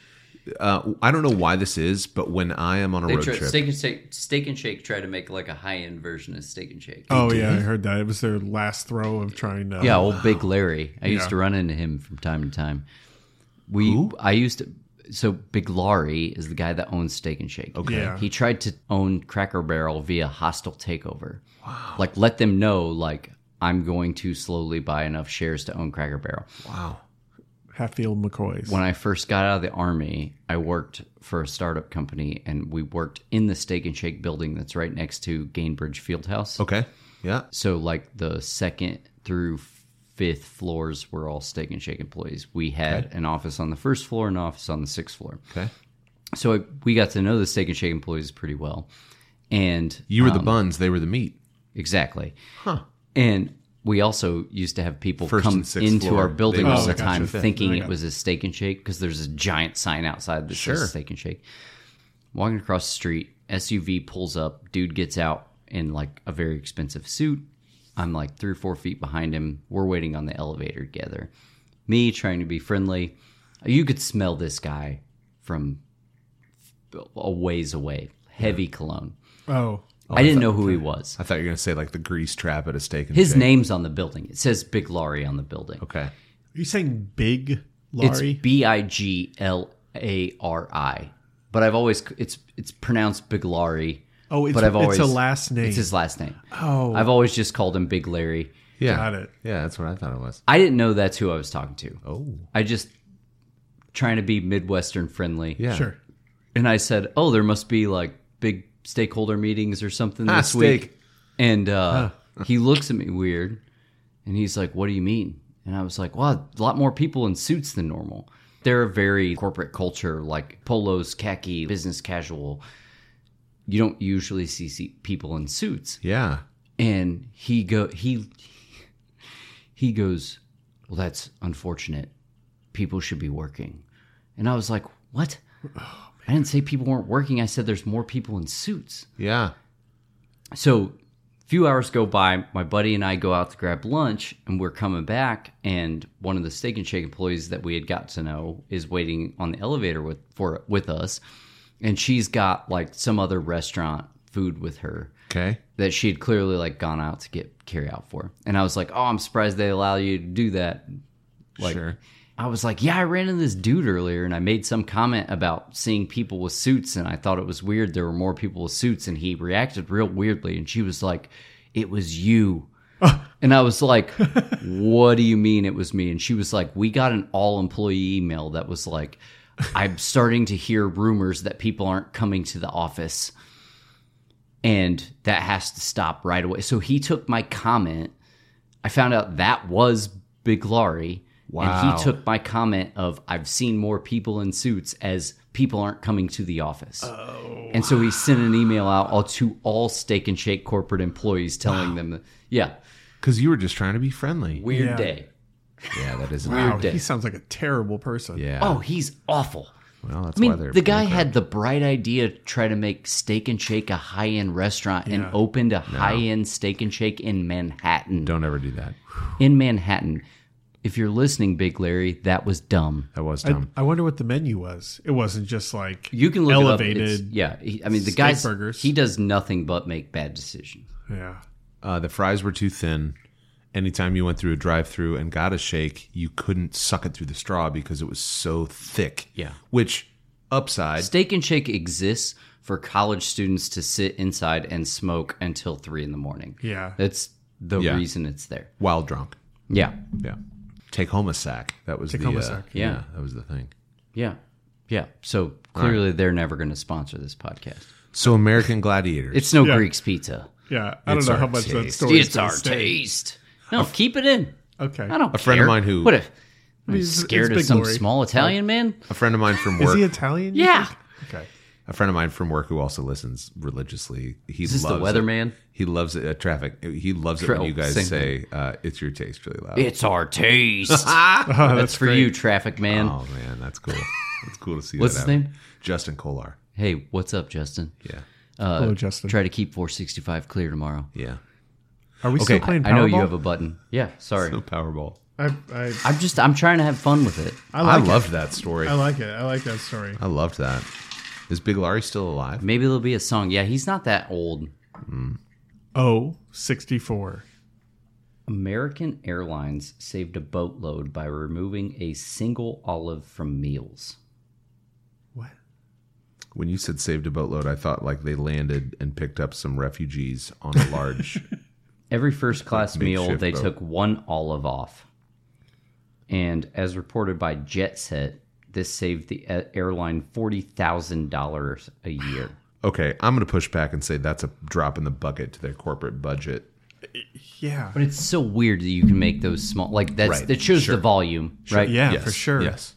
[SPEAKER 3] Uh, I don't know why this is, but when I am on a
[SPEAKER 1] They
[SPEAKER 3] road
[SPEAKER 1] tried,
[SPEAKER 3] trip,
[SPEAKER 1] Steak and Shake Steak and Shake tried to make like a high end version of Steak and Shake.
[SPEAKER 2] oh yeah, I heard that. It was their last throw of trying uh, to.
[SPEAKER 1] Yeah, old Big Larry. I used
[SPEAKER 2] Yeah.
[SPEAKER 1] to run into him from time to time. We I used to so Big Larry is the guy that owns Steak and Shake. Okay.
[SPEAKER 2] Yeah.
[SPEAKER 1] He tried to own Cracker Barrel via hostile takeover. Wow. Like let them know like I'm going to slowly buy enough shares to own Cracker Barrel.
[SPEAKER 3] wow,
[SPEAKER 2] Hatfield McCoy's.
[SPEAKER 1] When I first got out of the army, I worked for a startup company and we worked in the Steak and Shake building that's right next to Gainbridge Fieldhouse.
[SPEAKER 3] okay, yeah,
[SPEAKER 1] So like the second through fifth floors were all Steak and Shake employees. We had an office on the first floor, and an office on the sixth floor.
[SPEAKER 3] okay.
[SPEAKER 1] So I, we got to know the Steak and Shake employees pretty well, and
[SPEAKER 3] You were the buns; they were the meat.
[SPEAKER 1] exactly. Huh. And we also used to have people
[SPEAKER 3] First
[SPEAKER 1] come
[SPEAKER 3] and sixth
[SPEAKER 1] into
[SPEAKER 3] floor,
[SPEAKER 1] our building
[SPEAKER 3] they were
[SPEAKER 1] all the
[SPEAKER 3] second
[SPEAKER 1] time
[SPEAKER 3] and fifth.
[SPEAKER 1] thinking it was a Steak and Shake because there's a giant sign outside that
[SPEAKER 3] Sure.
[SPEAKER 1] says Steak and Shake. Walking across the street, SUV pulls up, dude gets out in like a very expensive suit. I'm like three or four feet behind him. We're waiting on the elevator together. Me trying to be friendly. You could smell this guy from a ways away. Heavy cologne.
[SPEAKER 2] oh,
[SPEAKER 1] I didn't know who he was.
[SPEAKER 3] I thought you were going to say like the grease trap at a steak and
[SPEAKER 1] His
[SPEAKER 3] shake.
[SPEAKER 1] name's on the building. It says Big Laurie on the building.
[SPEAKER 3] Okay,
[SPEAKER 2] are you saying Big
[SPEAKER 1] It's
[SPEAKER 2] Laurie?
[SPEAKER 1] B I G L A R I. But I've always it's it's pronounced Big Laurie.
[SPEAKER 2] oh, it's,
[SPEAKER 1] but I've always
[SPEAKER 2] it's a last name.
[SPEAKER 1] It's his last name.
[SPEAKER 2] oh,
[SPEAKER 1] I've always just called him Big Larry.
[SPEAKER 3] yeah,
[SPEAKER 2] Got it.
[SPEAKER 3] Yeah, that's what I thought it was.
[SPEAKER 1] I didn't know that's who I was talking to.
[SPEAKER 3] Oh,
[SPEAKER 1] I just trying to be Midwestern friendly.
[SPEAKER 3] yeah,
[SPEAKER 2] sure.
[SPEAKER 1] And I said, "Oh, there must be like big stakeholder meetings or something
[SPEAKER 3] Ah,
[SPEAKER 1] this week."
[SPEAKER 3] steak.
[SPEAKER 1] And uh, he looks at me weird, and he's like, "What do you mean?" And I was like, "Wow, a lot more people in suits than normal. They're a very corporate culture, like polos, khaki, business casual. You don't usually see, see people in suits."
[SPEAKER 3] Yeah,
[SPEAKER 1] and he go he he goes well that's unfortunate people should be working and i was like what i didn't say people weren't working i said there's more people in suits
[SPEAKER 3] yeah.
[SPEAKER 1] so a few hours go by my buddy and i go out to grab lunch and we're coming back and one of the steak and shake employees that we had got to know is waiting on the elevator with for with us and she's got like some other restaurant food with her
[SPEAKER 3] Okay,
[SPEAKER 1] that she had clearly like gone out to get carry out for. And I was like, "Oh, I'm surprised they allow you to do that." Like,
[SPEAKER 3] sure.
[SPEAKER 1] I was like, "Yeah, I ran into this dude earlier, and I made some comment about seeing people with suits, and I thought it was weird. There were more people with suits, and he reacted real weirdly." And she was like, "It was you." And I was like, what do you mean it was me? And she was like, we got an all employee email that was like, I'm starting to hear rumors that people aren't coming to the office and that has to stop right away. So he took my comment. I found out that was Big Laurie.
[SPEAKER 3] Wow.
[SPEAKER 1] And he took my comment of I've seen more people in suits as people aren't coming to the office. Oh. And so he sent an email out all to all steak and shake corporate employees telling them that, yeah,
[SPEAKER 3] Because you were just trying to be friendly.
[SPEAKER 1] weird
[SPEAKER 2] Yeah.
[SPEAKER 1] day.
[SPEAKER 3] yeah, that is
[SPEAKER 2] Wow,
[SPEAKER 1] Weird day.
[SPEAKER 2] he sounds like a terrible person.
[SPEAKER 3] Yeah.
[SPEAKER 1] Oh, he's awful.
[SPEAKER 3] well, that's
[SPEAKER 1] I mean,
[SPEAKER 3] why they're
[SPEAKER 1] the guy had the bright idea to try to make Steak and Shake a high end restaurant and opened a high end Steak and Shake in Manhattan.
[SPEAKER 3] Don't ever do that.
[SPEAKER 1] in Manhattan. If you're listening, Big Larry, that was dumb.
[SPEAKER 3] That was
[SPEAKER 2] I,
[SPEAKER 3] dumb.
[SPEAKER 2] I wonder what the menu was. It wasn't just like
[SPEAKER 1] You can look
[SPEAKER 2] elevated.
[SPEAKER 1] it up. It's- yeah, he, I mean the
[SPEAKER 2] steak
[SPEAKER 1] guy's
[SPEAKER 2] burgers.
[SPEAKER 1] he does nothing but make bad decisions.
[SPEAKER 2] yeah.
[SPEAKER 3] uh, the fries were too thin. Anytime you went through a drive-through and got a shake, you couldn't suck it through the straw because it was so thick.
[SPEAKER 1] Yeah.
[SPEAKER 3] Which upside?
[SPEAKER 1] Steak and Shake exists for college students to sit inside and smoke until three in the morning.
[SPEAKER 2] Yeah.
[SPEAKER 1] That's the
[SPEAKER 3] Yeah.
[SPEAKER 1] reason it's there.
[SPEAKER 3] while drunk.
[SPEAKER 1] Yeah,
[SPEAKER 3] Yeah. Take home a sack. That was the
[SPEAKER 2] home a
[SPEAKER 3] uh,
[SPEAKER 2] sack.
[SPEAKER 3] Yeah.
[SPEAKER 1] Yeah.
[SPEAKER 3] that was the thing.
[SPEAKER 1] yeah, yeah. So clearly they're never going to sponsor this podcast.
[SPEAKER 3] So American Gladiators.
[SPEAKER 1] It's no
[SPEAKER 2] Yeah.
[SPEAKER 1] Greek's Pizza.
[SPEAKER 2] Yeah, I don't
[SPEAKER 3] It's
[SPEAKER 2] know
[SPEAKER 3] our
[SPEAKER 2] how much that
[SPEAKER 3] taste.
[SPEAKER 2] story
[SPEAKER 1] It's our taste. No, keep it in.
[SPEAKER 2] Okay,
[SPEAKER 1] I don't.
[SPEAKER 3] A friend of
[SPEAKER 1] care.
[SPEAKER 3] mine who-
[SPEAKER 1] what if I'm
[SPEAKER 2] It's- it's
[SPEAKER 1] scared of
[SPEAKER 2] Big
[SPEAKER 1] some
[SPEAKER 2] Laurie.
[SPEAKER 1] small Italian man?
[SPEAKER 3] a friend of mine from
[SPEAKER 2] is
[SPEAKER 3] work.
[SPEAKER 2] he Italian? you
[SPEAKER 1] Yeah.
[SPEAKER 2] think? Okay.
[SPEAKER 3] a friend of mine from work who also listens religiously. He
[SPEAKER 1] this the
[SPEAKER 3] loves it.
[SPEAKER 1] weatherman?
[SPEAKER 3] He loves it. Uh, traffic. He loves it
[SPEAKER 1] Tra-
[SPEAKER 3] when you guys
[SPEAKER 1] same
[SPEAKER 3] say uh, it's your taste really loud.
[SPEAKER 1] It's our taste.
[SPEAKER 2] Oh,
[SPEAKER 1] That's for
[SPEAKER 2] great.
[SPEAKER 1] you, traffic man.
[SPEAKER 3] Ah, oh man, that's cool. It's cool to see.
[SPEAKER 1] What's
[SPEAKER 3] that
[SPEAKER 1] his
[SPEAKER 3] happen.
[SPEAKER 1] name?
[SPEAKER 3] Justin Kolar.
[SPEAKER 1] Hey, what's up, Justin?
[SPEAKER 3] Yeah,
[SPEAKER 2] Hello, Justin.
[SPEAKER 1] Uh, Try to keep 465 clear tomorrow.
[SPEAKER 3] yeah.
[SPEAKER 2] Are we still playing Powerball?
[SPEAKER 1] I know you have a button. Yeah, sorry.
[SPEAKER 3] No Powerball.
[SPEAKER 2] I, I,
[SPEAKER 1] I'm just I'm trying to have fun with it.
[SPEAKER 2] I
[SPEAKER 3] I,
[SPEAKER 2] like
[SPEAKER 3] loved that story.
[SPEAKER 2] it. I like it. I like that story.
[SPEAKER 3] I loved that. Is Big Larry still alive?
[SPEAKER 1] Maybe there'll be a song. Yeah, he's not that old.
[SPEAKER 2] Oh, 64.
[SPEAKER 1] American Airlines saved a boatload by removing a single olive from meals.
[SPEAKER 2] What?
[SPEAKER 3] When you said saved a boatload, I thought like they landed and picked up some refugees on a large.
[SPEAKER 1] Every first class meal,
[SPEAKER 3] makeshift
[SPEAKER 1] they
[SPEAKER 3] boat.
[SPEAKER 1] took one olive off. And as reported by Jet Set, this saved the a- airline $40,000 a year.
[SPEAKER 3] okay, I'm going to push back and say that's a drop in the bucket to their corporate budget.
[SPEAKER 2] Yeah.
[SPEAKER 1] But it's so weird that you can make those small. Like, that's
[SPEAKER 3] Right,
[SPEAKER 1] that shows the volume, right?
[SPEAKER 2] Yeah,
[SPEAKER 3] Yes,
[SPEAKER 2] for sure.
[SPEAKER 3] Yes,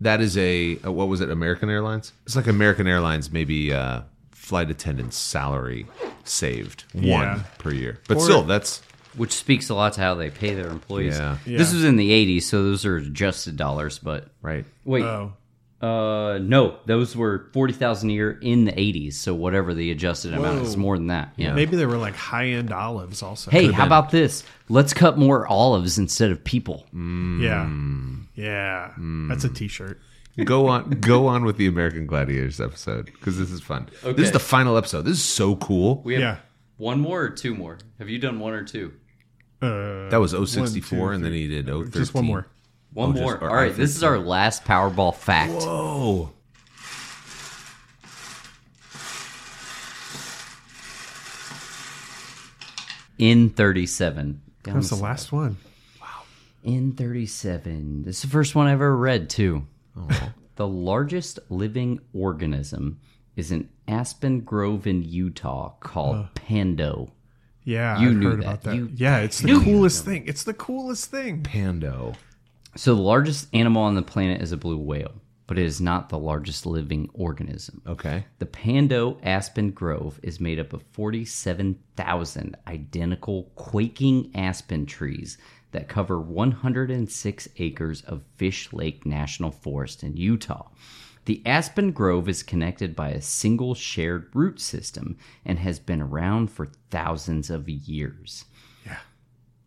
[SPEAKER 3] that is a uh, what was it? American Airlines. It's like American Airlines maybe uh, flight attendant's salary saved
[SPEAKER 2] Yeah.
[SPEAKER 3] one per year, but still that's
[SPEAKER 1] Which speaks a lot to how they pay their employees.
[SPEAKER 3] Yeah.
[SPEAKER 1] This
[SPEAKER 2] Yeah.
[SPEAKER 1] was in the 80s, so those are adjusted dollars, but.
[SPEAKER 3] right.
[SPEAKER 1] Wait,
[SPEAKER 2] Oh,
[SPEAKER 1] Uh, no, those were forty thousand a year in the eighties. So whatever the adjusted amount is,
[SPEAKER 2] Whoa.
[SPEAKER 1] more than that. Yeah.
[SPEAKER 2] maybe they were like high end olives also.
[SPEAKER 1] hey, how about this? Let's cut more olives instead of people.
[SPEAKER 2] Yeah.
[SPEAKER 1] Hmm.
[SPEAKER 2] Yeah. That's a t shirt.
[SPEAKER 3] go on go on with the American Gladiators episode because this is fun. This is the final episode. This is so cool.
[SPEAKER 1] We
[SPEAKER 2] Yeah.
[SPEAKER 1] one more or two more. Have you done one or two?
[SPEAKER 2] Uh,
[SPEAKER 3] that was 064 and then he did 013.
[SPEAKER 2] just one more. Oh,
[SPEAKER 1] One
[SPEAKER 3] just-
[SPEAKER 1] more.
[SPEAKER 3] or
[SPEAKER 1] All right,
[SPEAKER 3] I
[SPEAKER 1] this is our last Powerball fact.
[SPEAKER 3] Whoa.
[SPEAKER 1] In thirty-seven. Down
[SPEAKER 2] That was the
[SPEAKER 1] s-
[SPEAKER 2] last one.
[SPEAKER 1] In thirty-seven. This is the first one I ever read too.
[SPEAKER 2] Oh,
[SPEAKER 1] the largest living organism is in Aspen Grove in Utah called
[SPEAKER 2] Uh.
[SPEAKER 1] Pando.
[SPEAKER 2] Yeah.
[SPEAKER 1] You
[SPEAKER 2] I've
[SPEAKER 1] knew
[SPEAKER 2] heard
[SPEAKER 1] that.
[SPEAKER 2] about that.
[SPEAKER 1] You
[SPEAKER 2] yeah. It's the coolest thing. It's the coolest thing.
[SPEAKER 3] Pando.
[SPEAKER 1] So the largest animal on the planet is a blue whale, but it is not the largest living organism.
[SPEAKER 3] Okay.
[SPEAKER 1] The Pando aspen grove is made up of 47,000 identical quaking aspen trees that cover 106 acres of Fish Lake National Forest in Utah. The aspen grove is connected by a single shared root system and has been around for thousands of years.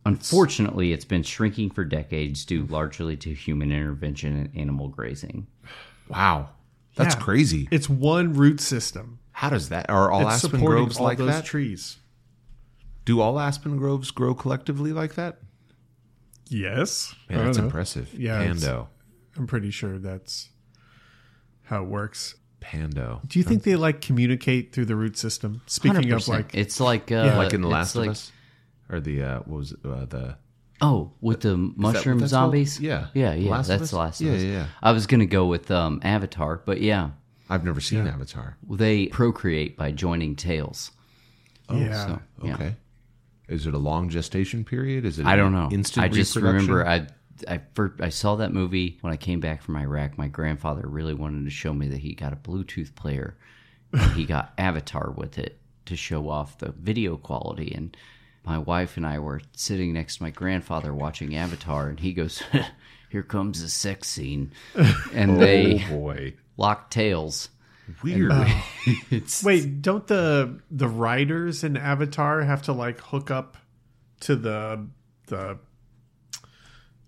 [SPEAKER 1] Unfortunately, it's been shrinking for decades due largely to human intervention and animal grazing.
[SPEAKER 3] Wow. That's
[SPEAKER 2] Yeah.
[SPEAKER 3] crazy.
[SPEAKER 2] It's one root system.
[SPEAKER 3] How does that? Are all
[SPEAKER 2] It's
[SPEAKER 3] aspen
[SPEAKER 2] supporting
[SPEAKER 3] groves
[SPEAKER 2] all
[SPEAKER 3] like
[SPEAKER 2] those
[SPEAKER 3] that?
[SPEAKER 2] trees.
[SPEAKER 3] Do all aspen groves grow collectively like that?
[SPEAKER 2] Yes. I
[SPEAKER 3] Man,
[SPEAKER 2] don't
[SPEAKER 3] that's
[SPEAKER 2] know.
[SPEAKER 3] impressive.
[SPEAKER 2] Yeah, it's-
[SPEAKER 3] Pando.
[SPEAKER 2] I'm pretty sure that's how it works.
[SPEAKER 3] Pando.
[SPEAKER 2] Do you think they like communicate through the root system? Speaking of
[SPEAKER 1] 100%.
[SPEAKER 2] like,
[SPEAKER 1] it's like uh,
[SPEAKER 3] Like in The
[SPEAKER 1] it's
[SPEAKER 3] Last
[SPEAKER 1] like-
[SPEAKER 3] of Us? Or the, uh, what was it? Uh, the,
[SPEAKER 1] Oh, with the mushroom
[SPEAKER 3] that's called?
[SPEAKER 1] zombies.
[SPEAKER 3] Yeah.
[SPEAKER 1] yeah, yeah.
[SPEAKER 3] Last of
[SPEAKER 1] that's
[SPEAKER 3] Us?
[SPEAKER 1] the last.
[SPEAKER 3] Yeah,
[SPEAKER 1] of Us.
[SPEAKER 3] yeah, yeah.
[SPEAKER 1] I was gonna go with um, Avatar, but yeah,
[SPEAKER 3] I've never seen Avatar.
[SPEAKER 1] they procreate by joining tails.
[SPEAKER 2] yeah,
[SPEAKER 1] So yeah,
[SPEAKER 3] Okay. Is it a long gestation period? Is it?
[SPEAKER 1] I
[SPEAKER 3] an
[SPEAKER 1] don't know.
[SPEAKER 3] Instant
[SPEAKER 1] I just
[SPEAKER 3] reproduction?
[SPEAKER 1] remember I. I, first, I saw that movie when I came back from Iraq. My grandfather really wanted to show me that he got a Bluetooth player. And he got Avatar with it to show off the video quality. And my wife and I were sitting next to my grandfather watching Avatar, and he goes, "Here comes the sex scene," and they
[SPEAKER 3] Oh boy.
[SPEAKER 1] lock tails.
[SPEAKER 3] Weird.
[SPEAKER 2] uh,
[SPEAKER 1] It's
[SPEAKER 2] Wait, don't the the riders in Avatar have to like hook up to the the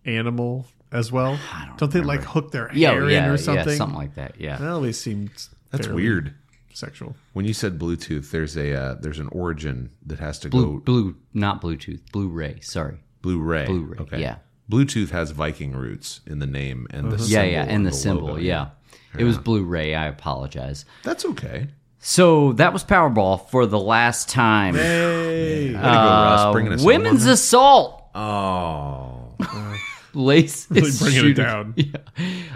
[SPEAKER 2] animal as well? I don't, they like hook their
[SPEAKER 1] yeah,
[SPEAKER 2] hair
[SPEAKER 1] yeah,
[SPEAKER 2] in
[SPEAKER 1] yeah,
[SPEAKER 2] or something?
[SPEAKER 1] something like that. Yeah,
[SPEAKER 2] that always seemed
[SPEAKER 3] That's
[SPEAKER 2] fairly
[SPEAKER 3] weird.
[SPEAKER 2] sexual.
[SPEAKER 3] When you said Bluetooth, there's a uh, there's an origin that has to
[SPEAKER 1] blue,
[SPEAKER 3] go
[SPEAKER 1] blue, not Bluetooth, Blu-ray. Sorry,
[SPEAKER 3] Blu-ray.
[SPEAKER 1] Blu-ray, yeah.
[SPEAKER 3] Bluetooth has Viking roots in the name and
[SPEAKER 2] Uh-huh.
[SPEAKER 3] the
[SPEAKER 1] yeah,
[SPEAKER 3] symbol
[SPEAKER 1] yeah, and the, symbol.
[SPEAKER 3] logo.
[SPEAKER 1] yeah, it was Blu-ray. I apologize.
[SPEAKER 3] That's okay.
[SPEAKER 1] So that was Powerball for the last time.
[SPEAKER 2] Hey,
[SPEAKER 3] Way to go, Russ, bringing us
[SPEAKER 1] Uh, Women's assault.
[SPEAKER 3] home. Oh,
[SPEAKER 1] Lace is
[SPEAKER 2] bringing it
[SPEAKER 1] shooting.
[SPEAKER 2] down.
[SPEAKER 1] Yeah.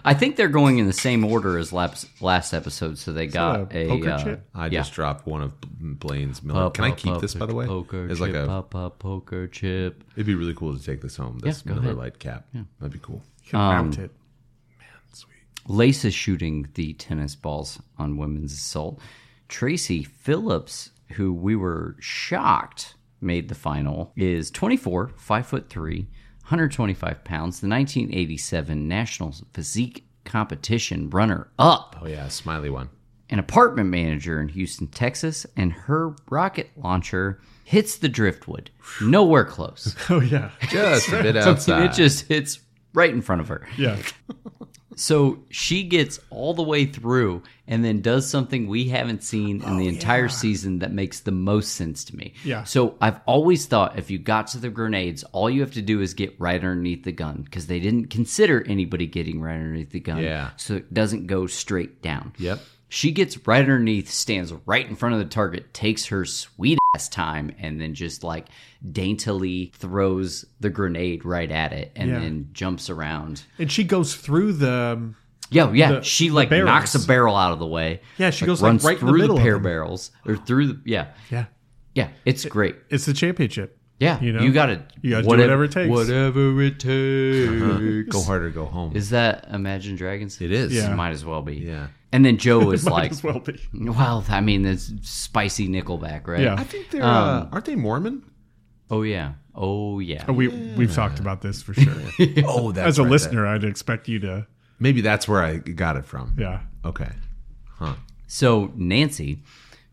[SPEAKER 1] I think they're going in the same order as laps, last episode, so they got
[SPEAKER 2] a
[SPEAKER 1] a,
[SPEAKER 2] poker
[SPEAKER 1] uh,
[SPEAKER 2] chip?
[SPEAKER 3] I
[SPEAKER 1] Yeah.
[SPEAKER 3] just dropped one of Blaine's Miller. Can I keep this by the way?
[SPEAKER 1] Poker
[SPEAKER 3] It's
[SPEAKER 1] chip,
[SPEAKER 3] like a.
[SPEAKER 1] up, up, poker chip.
[SPEAKER 3] It'd be really cool to take this home. This
[SPEAKER 1] go
[SPEAKER 3] Miller
[SPEAKER 1] ahead.
[SPEAKER 3] Lite cap. That'd be cool.
[SPEAKER 2] can mount it.
[SPEAKER 1] Lace is shooting the tennis balls on women's assault. Tracy Phillips, who we were shocked made the final, is 24, 5 foot 3, 125 pounds, the 1987 National Physique Competition runner up
[SPEAKER 3] Oh yeah, smiley one.
[SPEAKER 1] an apartment manager in Houston, Texas, and her rocket launcher hits the driftwood. Nowhere close.
[SPEAKER 2] Oh yeah,
[SPEAKER 3] Just a bit outside.
[SPEAKER 1] it just hits right in front of her.
[SPEAKER 2] yeah.
[SPEAKER 1] So she gets all the way through and then does something we haven't seen in the entire season that makes the most sense to me.
[SPEAKER 2] Oh, Yeah.
[SPEAKER 1] So I've always thought if you got to the grenades, all you have to do is get right underneath the gun because they didn't consider anybody getting right underneath the gun.
[SPEAKER 3] Yeah.
[SPEAKER 1] So it doesn't go straight down.
[SPEAKER 3] Yep.
[SPEAKER 1] She gets right underneath, stands right in front of the target, takes her sweet ass time, and then just like daintily throws the grenade right at it and
[SPEAKER 2] Yeah.
[SPEAKER 1] then jumps around.
[SPEAKER 2] And she goes through the um,
[SPEAKER 1] Yeah, yeah.
[SPEAKER 2] The-
[SPEAKER 1] she
[SPEAKER 2] the
[SPEAKER 1] like
[SPEAKER 2] barrels.
[SPEAKER 1] knocks a barrel out of the way.
[SPEAKER 2] Yeah, she goes, like,
[SPEAKER 1] runs
[SPEAKER 2] right in the
[SPEAKER 1] through
[SPEAKER 2] middle of
[SPEAKER 1] pear
[SPEAKER 2] them.
[SPEAKER 1] barrels or through the yeah,
[SPEAKER 2] yeah.
[SPEAKER 1] yeah. It's great.
[SPEAKER 2] It's the championship.
[SPEAKER 1] Yeah,
[SPEAKER 2] you
[SPEAKER 1] you,
[SPEAKER 2] know,
[SPEAKER 1] gotta
[SPEAKER 2] you gotta do whatever it takes. Uh-huh.
[SPEAKER 3] Whatever it takes. go harder, go home.
[SPEAKER 1] Is that Imagine Dragons?
[SPEAKER 3] It is.
[SPEAKER 2] Yeah.
[SPEAKER 1] Might as well be.
[SPEAKER 3] Yeah.
[SPEAKER 1] And then Joe is
[SPEAKER 2] Might
[SPEAKER 1] like,
[SPEAKER 2] as well be.
[SPEAKER 1] well, I mean, it's spicy Nickelback, right?
[SPEAKER 2] Yeah.
[SPEAKER 3] I think they're
[SPEAKER 1] Um,
[SPEAKER 3] uh, aren't they Mormon?
[SPEAKER 1] Oh yeah. Oh yeah.
[SPEAKER 2] Oh, we we've talked about this for sure.
[SPEAKER 3] Oh, that's
[SPEAKER 2] As a
[SPEAKER 3] right, that-
[SPEAKER 2] listener, I'd expect you to.
[SPEAKER 3] Maybe that's where I got it from.
[SPEAKER 2] Yeah.
[SPEAKER 3] Okay. Huh.
[SPEAKER 1] So Nancy,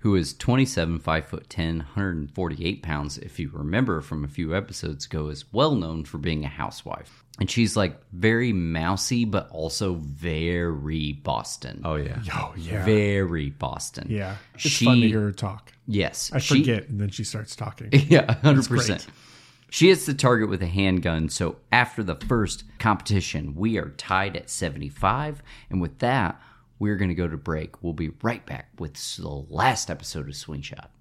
[SPEAKER 1] who is 27, 5 foot 10, 148 pounds, if you remember from a few episodes ago, is well known for being a housewife. And she's like very mousy, but also very Boston.
[SPEAKER 3] Oh yeah.
[SPEAKER 2] Oh yeah.
[SPEAKER 1] Very Boston.
[SPEAKER 2] Yeah. It's
[SPEAKER 1] She-
[SPEAKER 2] fun to hear her talk.
[SPEAKER 1] Yes.
[SPEAKER 2] I
[SPEAKER 1] she-
[SPEAKER 2] forget, and then she starts talking.
[SPEAKER 1] Yeah, hundred
[SPEAKER 2] great.
[SPEAKER 1] percent. She hits the target with a handgun. So after the first competition, we are tied at seventy-five, and with that, we're going to go to break. We'll be right back with s- the last episode of Swing Shot.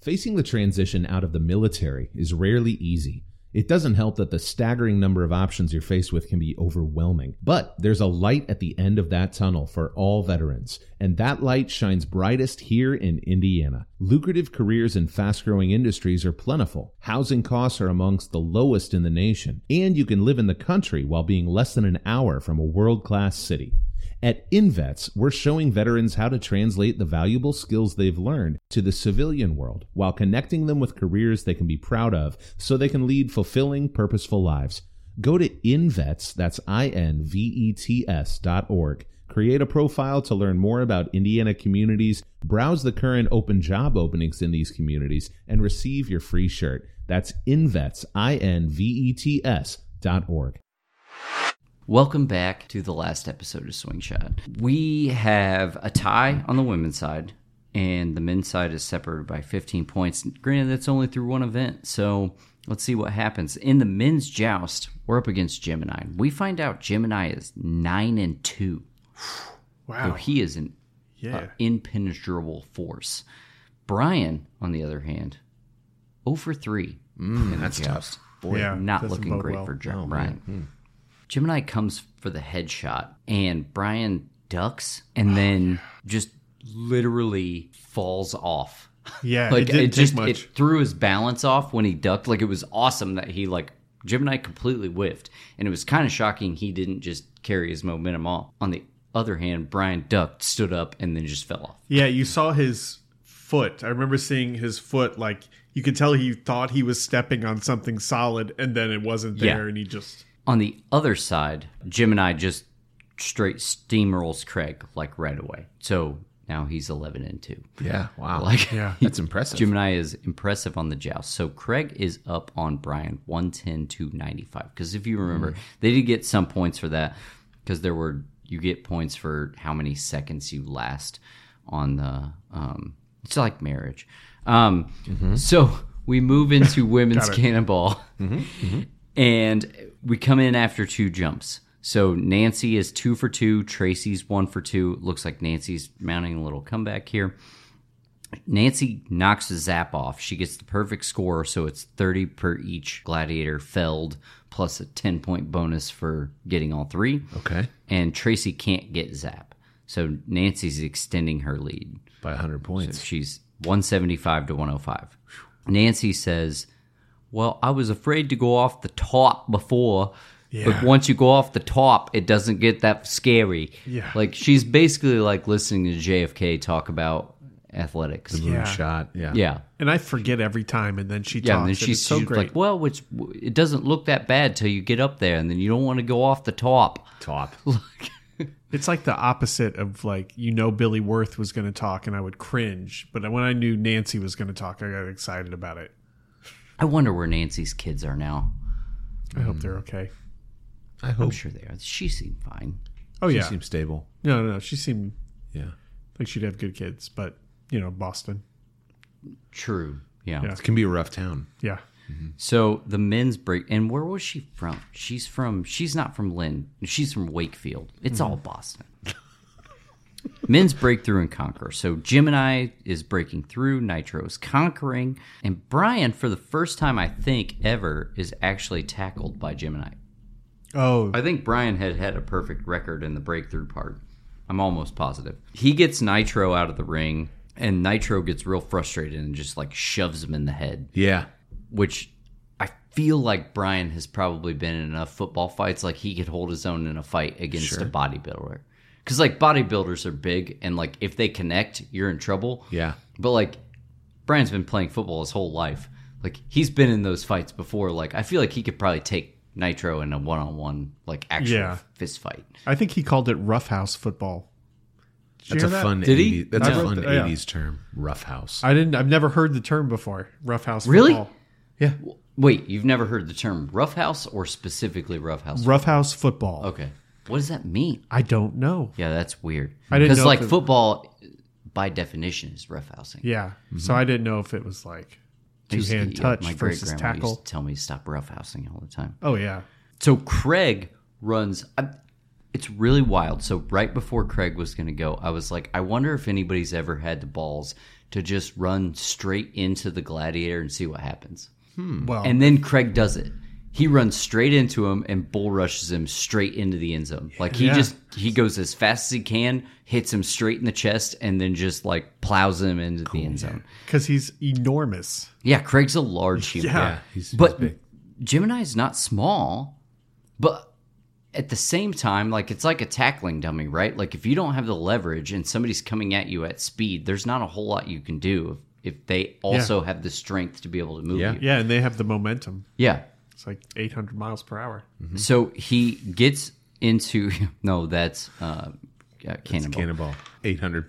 [SPEAKER 4] Facing the transition out of the military is rarely easy. It doesn't help that the staggering number of options you're faced with can be overwhelming. But there's a light at the end of that tunnel for all veterans, and that light shines brightest here in Indiana. Lucrative careers in fast growing industries are plentiful. Housing costs are amongst the lowest in the nation, and you can live in the country while being less than an hour from a world class city. At InVets, we're showing veterans how to translate the valuable skills they've learned to the civilian world while connecting them with careers they can be proud of so they can lead fulfilling, purposeful lives. Go to InVets, that's I N V E T S dot org. Create a profile to learn more about Indiana communities, browse the current open job openings in these communities, and receive your free shirt. That's InVets, I N V E T S dot org.
[SPEAKER 1] Welcome back to the last episode of Swing Shot. We have a tie on the women's side, and the men's side is separated by 15 points. Granted, that's only through one event, so let's see what happens. In the men's joust, we're up against Gemini. We find out Gemini is 9 and 2. So
[SPEAKER 2] Wow.
[SPEAKER 1] he is an
[SPEAKER 2] Yeah.
[SPEAKER 1] uh, impenetrable force. Brian, on the other hand, 0 for 3. in the joust
[SPEAKER 3] Boy.
[SPEAKER 2] yeah.
[SPEAKER 1] not
[SPEAKER 2] doesn't
[SPEAKER 1] looking
[SPEAKER 2] bode
[SPEAKER 1] great
[SPEAKER 2] well.
[SPEAKER 1] for Jack Brian. Gemini comes for the headshot, and Brian ducks and then just literally falls off.
[SPEAKER 2] Yeah.
[SPEAKER 1] Like
[SPEAKER 2] it didn't
[SPEAKER 1] it,
[SPEAKER 2] take
[SPEAKER 1] just
[SPEAKER 2] much.
[SPEAKER 1] it threw his balance off when he ducked. Like it was awesome that he like Gemini completely whiffed, and it was kind of shocking he didn't just carry his momentum off. On the other hand, Brian ducked, stood up, and then just fell off.
[SPEAKER 2] Yeah, you saw his foot. I remember seeing his foot. Like you could tell he thought he was stepping on something solid, and then it wasn't
[SPEAKER 1] Yeah.
[SPEAKER 2] there, and he just
[SPEAKER 1] On the other side, Gemini just straight steamrolls Craig like right away. So now he's eleven and two.
[SPEAKER 3] Yeah. Wow.
[SPEAKER 1] Like
[SPEAKER 2] yeah.
[SPEAKER 3] that's impressive.
[SPEAKER 1] Gemini is impressive on the joust. So Craig is up on Brian 110 to 95. Because if you remember, they did get some points for that because there were you get points for how many seconds you last on the. Um, it's like marriage. Um, So we move into women's cannonball, and we come in after two jumps. So Nancy is two for two. Tracy's one for two. Looks like Nancy's mounting a little comeback here. Nancy knocks the zap off. She gets the perfect score, so it's 30 per each gladiator felled, plus a 10 point bonus for getting all three.
[SPEAKER 3] Okay.
[SPEAKER 1] And Tracy can't get zap. So Nancy's extending her lead.
[SPEAKER 3] By 100 points.
[SPEAKER 1] She's 175 to 105. Nancy says, Well, I was afraid to go off the top before, But once you go off the top, it doesn't get that scary.
[SPEAKER 2] Yeah.
[SPEAKER 1] Like she's basically like listening to JFK talk about athletics. Yeah.
[SPEAKER 2] Yeah.
[SPEAKER 3] shot. Yeah.
[SPEAKER 1] Yeah.
[SPEAKER 2] And I forget every time, and then she talks.
[SPEAKER 1] and then
[SPEAKER 2] and
[SPEAKER 1] she's,
[SPEAKER 2] it's so
[SPEAKER 1] she's
[SPEAKER 2] great.
[SPEAKER 1] like, "Well, it's, it doesn't look that bad till you get up there, and then you don't want to go off the top."
[SPEAKER 3] Top.
[SPEAKER 1] Oh,
[SPEAKER 2] It's like the opposite of like you know Billy Worth was going to talk, and I would cringe. But when I knew Nancy was going to talk, I got excited about it.
[SPEAKER 1] I wonder where Nancy's kids are now.
[SPEAKER 2] I hope they're okay.
[SPEAKER 3] I hope
[SPEAKER 1] I'm sure they are. She seemed fine.
[SPEAKER 2] Oh
[SPEAKER 3] she
[SPEAKER 2] yeah,
[SPEAKER 3] seems stable.
[SPEAKER 2] no, no, no, she seemed
[SPEAKER 3] Yeah.
[SPEAKER 2] like she'd have good kids, but you know Boston,
[SPEAKER 1] True. Yeah.
[SPEAKER 2] Yeah.
[SPEAKER 3] It can be a rough town.
[SPEAKER 2] yeah,
[SPEAKER 1] So the men's break, and where was she from? She's from. She's not from Lynn. She's from Wakefield. It's all Boston. men's breakthrough and conquer. So Gemini is breaking through. Nitro is conquering, and Brian, for the first time I think ever, is actually tackled by Gemini.
[SPEAKER 2] oh
[SPEAKER 1] I think Brian had had a perfect record in the breakthrough part. I'm almost positive. He gets Nitro out of the ring, and Nitro gets real frustrated and just like shoves him in the head,
[SPEAKER 3] Yeah.
[SPEAKER 1] which I feel like Brian has probably been in enough football fights like he could hold his own in a fight against a bodybuilder. Because like bodybuilders are big, and like if they connect, you're in trouble.
[SPEAKER 3] Yeah.
[SPEAKER 1] But like Brian's been playing football his whole life. Like he's been in those fights before. Like I feel like he could probably take Nitro in a one on one like actual
[SPEAKER 2] Yeah.
[SPEAKER 1] fist fight.
[SPEAKER 2] I think he called it roughhouse football. Did you
[SPEAKER 3] That's a
[SPEAKER 2] hear that?
[SPEAKER 3] fun
[SPEAKER 1] Did he?
[SPEAKER 3] 80s that's
[SPEAKER 2] I
[SPEAKER 3] a
[SPEAKER 2] wrote
[SPEAKER 3] fun
[SPEAKER 2] that- yeah.
[SPEAKER 3] 80s term. Rough house.
[SPEAKER 2] I didn't. I've never heard the term before. Roughhouse.
[SPEAKER 1] Really?
[SPEAKER 2] Football. Yeah.
[SPEAKER 1] Wait, you've never heard the term roughhouse or specifically roughhouse?
[SPEAKER 2] Roughhouse football.
[SPEAKER 1] okay. What does that mean?
[SPEAKER 2] I don't know.
[SPEAKER 1] Yeah, that's weird.
[SPEAKER 2] I didn't
[SPEAKER 1] Because
[SPEAKER 2] know
[SPEAKER 1] like
[SPEAKER 2] if it-
[SPEAKER 1] football by definition is roughhousing.
[SPEAKER 2] Yeah.
[SPEAKER 1] Mm-hmm.
[SPEAKER 2] So I didn't know if it was like two hand
[SPEAKER 1] Yeah,
[SPEAKER 2] touch
[SPEAKER 1] my
[SPEAKER 2] versus
[SPEAKER 1] great-grandma
[SPEAKER 2] tackle.
[SPEAKER 1] used to tell me to stop roughhousing all the time.
[SPEAKER 2] Oh yeah.
[SPEAKER 1] So Craig runs. I, it's really wild. So right before Craig was going to go, I was like, I wonder if anybody's ever had the balls to just run straight into the gladiator and see what happens.
[SPEAKER 2] Well,
[SPEAKER 1] Hmm. And then Craig does it. He runs straight into him and bull rushes him straight into the end zone. Like he
[SPEAKER 2] Yeah.
[SPEAKER 1] just he goes as fast as he can, hits him straight in the chest, and then just like plows him into the end zone.
[SPEAKER 2] because he's enormous.
[SPEAKER 1] Yeah, Craig's a large human.
[SPEAKER 2] Yeah.
[SPEAKER 3] He's,
[SPEAKER 1] But Gemini's not small, but at the same time, like it's like a tackling dummy, right? Like if you don't have the leverage and somebody's coming at you at speed, there's not a whole lot you can do if, if they also have the strength to be able to move
[SPEAKER 3] Yeah.
[SPEAKER 1] you.
[SPEAKER 2] Yeah, and they have the momentum.
[SPEAKER 1] Yeah.
[SPEAKER 2] It's like 800 miles per hour.
[SPEAKER 1] So he gets into no, that's uh, uh cannonball.
[SPEAKER 3] cannonball. 800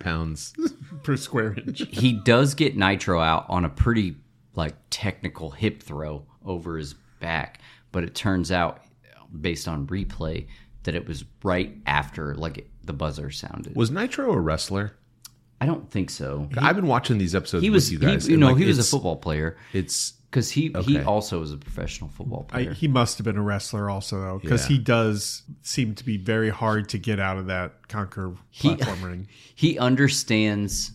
[SPEAKER 3] pounds.
[SPEAKER 1] Hmm.
[SPEAKER 2] per square inch.
[SPEAKER 1] he does get Nitro out on a pretty like technical hip throw over his back, but it turns out based on replay that it was right after like the buzzer sounded.
[SPEAKER 3] Was Nitro a wrestler?
[SPEAKER 1] I don't think so.
[SPEAKER 3] I've been watching these episodes
[SPEAKER 1] He was,
[SPEAKER 3] with
[SPEAKER 1] you,
[SPEAKER 3] you guys.
[SPEAKER 1] he, you
[SPEAKER 3] and,
[SPEAKER 1] know,
[SPEAKER 3] like,
[SPEAKER 1] he was a
[SPEAKER 3] it's-
[SPEAKER 1] football player
[SPEAKER 3] It's
[SPEAKER 1] because he he
[SPEAKER 3] Okay.
[SPEAKER 1] also was a professional football
[SPEAKER 2] I,
[SPEAKER 1] player.
[SPEAKER 2] he must have been a wrestler also, though, because
[SPEAKER 3] Yeah.
[SPEAKER 2] he does seem to be very hard to get out of that conquer platform ring.
[SPEAKER 1] he understands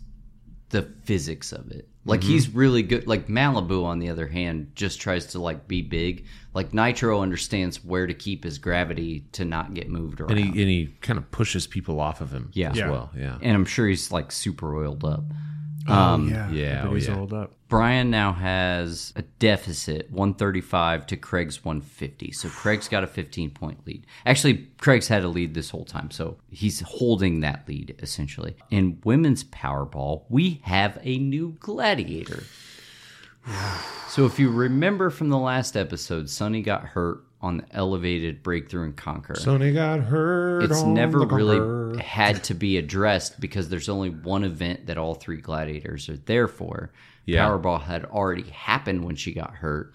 [SPEAKER 1] the physics of it. Like
[SPEAKER 3] Mm-hmm.
[SPEAKER 1] he's really good. Like Malibu, on the other hand, just tries to like be big. Like Nitro understands where to keep his gravity to not get moved around.
[SPEAKER 3] and he, and he kind of pushes people off of him
[SPEAKER 1] Yeah.
[SPEAKER 3] as
[SPEAKER 1] Yeah.
[SPEAKER 3] well. Yeah.
[SPEAKER 1] And I'm sure he's like super oiled up. um,
[SPEAKER 2] oh, yeah,
[SPEAKER 3] yeah,
[SPEAKER 2] I bet
[SPEAKER 3] oh,
[SPEAKER 2] he's
[SPEAKER 3] yeah.
[SPEAKER 2] rolled up.
[SPEAKER 1] Brian now has a deficit 135 to Craig's 150. So Craig's got a 15 point lead. Actually, Craig's had a lead this whole time. So he's holding that lead essentially. In women's Powerball, we have a new gladiator. So if you remember from the last episode, Sonny got hurt on the elevated breakthrough and conquer
[SPEAKER 3] Sony got hurt.
[SPEAKER 1] it's never really had to be addressed because there's only one event that all three gladiators are there for.
[SPEAKER 3] Yeah.
[SPEAKER 1] Powerball had already happened when she got hurt.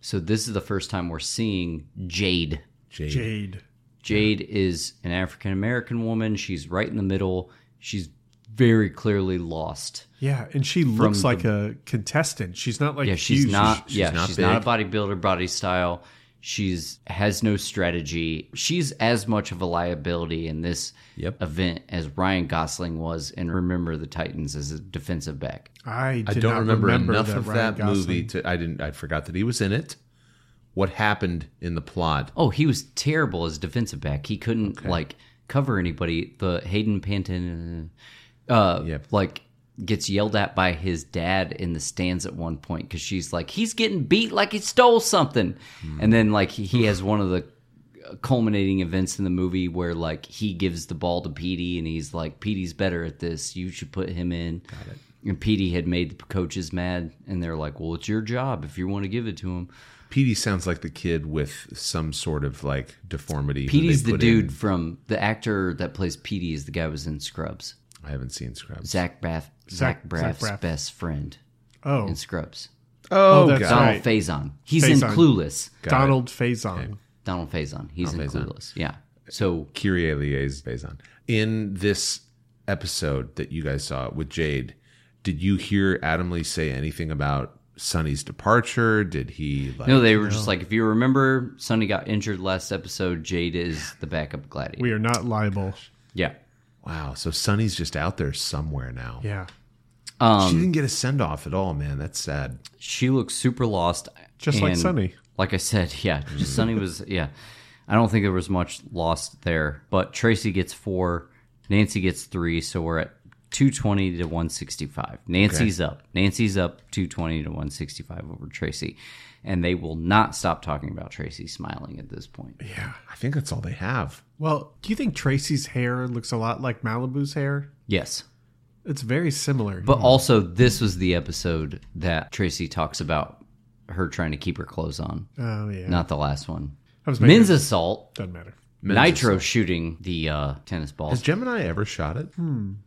[SPEAKER 1] So this is the first time we're seeing Jade.
[SPEAKER 3] Jade.
[SPEAKER 2] Jade.
[SPEAKER 1] Jade is an African American woman. She's right in the middle. She's very clearly lost.
[SPEAKER 2] Yeah, and she looks like a contestent. She's not like
[SPEAKER 1] Yeah, she's
[SPEAKER 2] huge.
[SPEAKER 1] not. yeah,
[SPEAKER 3] not
[SPEAKER 1] she's not a bodybuilder body style. She's has no strategy. She's as much of a liability in this
[SPEAKER 3] Yep.
[SPEAKER 1] event as Ryan Gosling was in Remember the Titans as a defensive back.
[SPEAKER 2] I, did
[SPEAKER 3] I don't
[SPEAKER 2] not
[SPEAKER 3] remember, enough
[SPEAKER 2] that
[SPEAKER 3] of
[SPEAKER 2] Ryan
[SPEAKER 3] that
[SPEAKER 2] Gosling-
[SPEAKER 3] movie to. I didn't. I forgot that he was in it. What happened in the plot?
[SPEAKER 1] Oh, he was terrible as defensive back. He couldn't like cover anybody. The Hayden Panton, uh,
[SPEAKER 3] Yep.
[SPEAKER 1] like gets yelled at by his dad in the stands at one point because she's like, he's getting beat like he stole something, and then like he, he has one of the uh, culminating events in the movie where like he gives the ball to Petey and he's like, Petey's better at this. You should put him in. Got it. And Petey had made the coaches mad, and they're like, "Well, it's your job if you want to give it to him."
[SPEAKER 3] Petey sounds like the kid with some sort of like deformity. who they
[SPEAKER 1] Petey's the
[SPEAKER 3] put in-
[SPEAKER 1] dude from the actor that plays Petey is the guy who was in Scrubs.
[SPEAKER 3] I haven't seen Scrubs.
[SPEAKER 1] Zach Braff,
[SPEAKER 2] Zac-
[SPEAKER 1] Zach Braff's
[SPEAKER 2] Zac Braff.
[SPEAKER 1] best friend
[SPEAKER 2] Oh,
[SPEAKER 1] in Scrubs.
[SPEAKER 3] Oh,
[SPEAKER 2] that's
[SPEAKER 3] God.
[SPEAKER 1] Donald
[SPEAKER 2] right.
[SPEAKER 1] Faison. He's in
[SPEAKER 2] Faison.
[SPEAKER 1] Clueless.
[SPEAKER 2] Donald Faison.
[SPEAKER 1] Donald Faison. He's in Clueless. Yeah. So
[SPEAKER 3] Kyrie liaison. In this episode that you guys saw with Jade, did you hear Adam Lee say anything about Sonny's departure? Did he like
[SPEAKER 1] no, they were just like, if you remember, Sonny got injured last episode. Jade is the backup gladiator.
[SPEAKER 2] We are not liable.
[SPEAKER 1] Yeah.
[SPEAKER 3] wow, so Sonny's just out there somewhere now.
[SPEAKER 2] Yeah.
[SPEAKER 3] she didn't get a send off at all, man. That's sad.
[SPEAKER 1] She looks super lost.
[SPEAKER 2] Just like
[SPEAKER 1] and
[SPEAKER 2] Sonny.
[SPEAKER 1] Like I said, yeah. Just Sonny was, yeah. I don't think there was much lost there, but Tracy gets four, Nancy gets three, so we're at 220 to 165. Nancy's up. Nancy's up 220 to 165 over Tracy. And they will not stop talking about Tracy smiling at this point.
[SPEAKER 2] Yeah.
[SPEAKER 3] I think that's all they have.
[SPEAKER 2] Well, do you think Tracy's hair looks a lot like Malibu's hair?
[SPEAKER 1] Yes.
[SPEAKER 2] It's very similar.
[SPEAKER 1] But also, this was the episode that Tracy talks about her trying to keep her clothes on,
[SPEAKER 2] oh yeah,
[SPEAKER 1] not the last one.
[SPEAKER 2] I was making-
[SPEAKER 1] Men's assault,
[SPEAKER 2] doesn't matter.
[SPEAKER 1] Nitro shooting the uh, tennis
[SPEAKER 3] Has
[SPEAKER 1] balls.
[SPEAKER 3] Gemini ever shot it?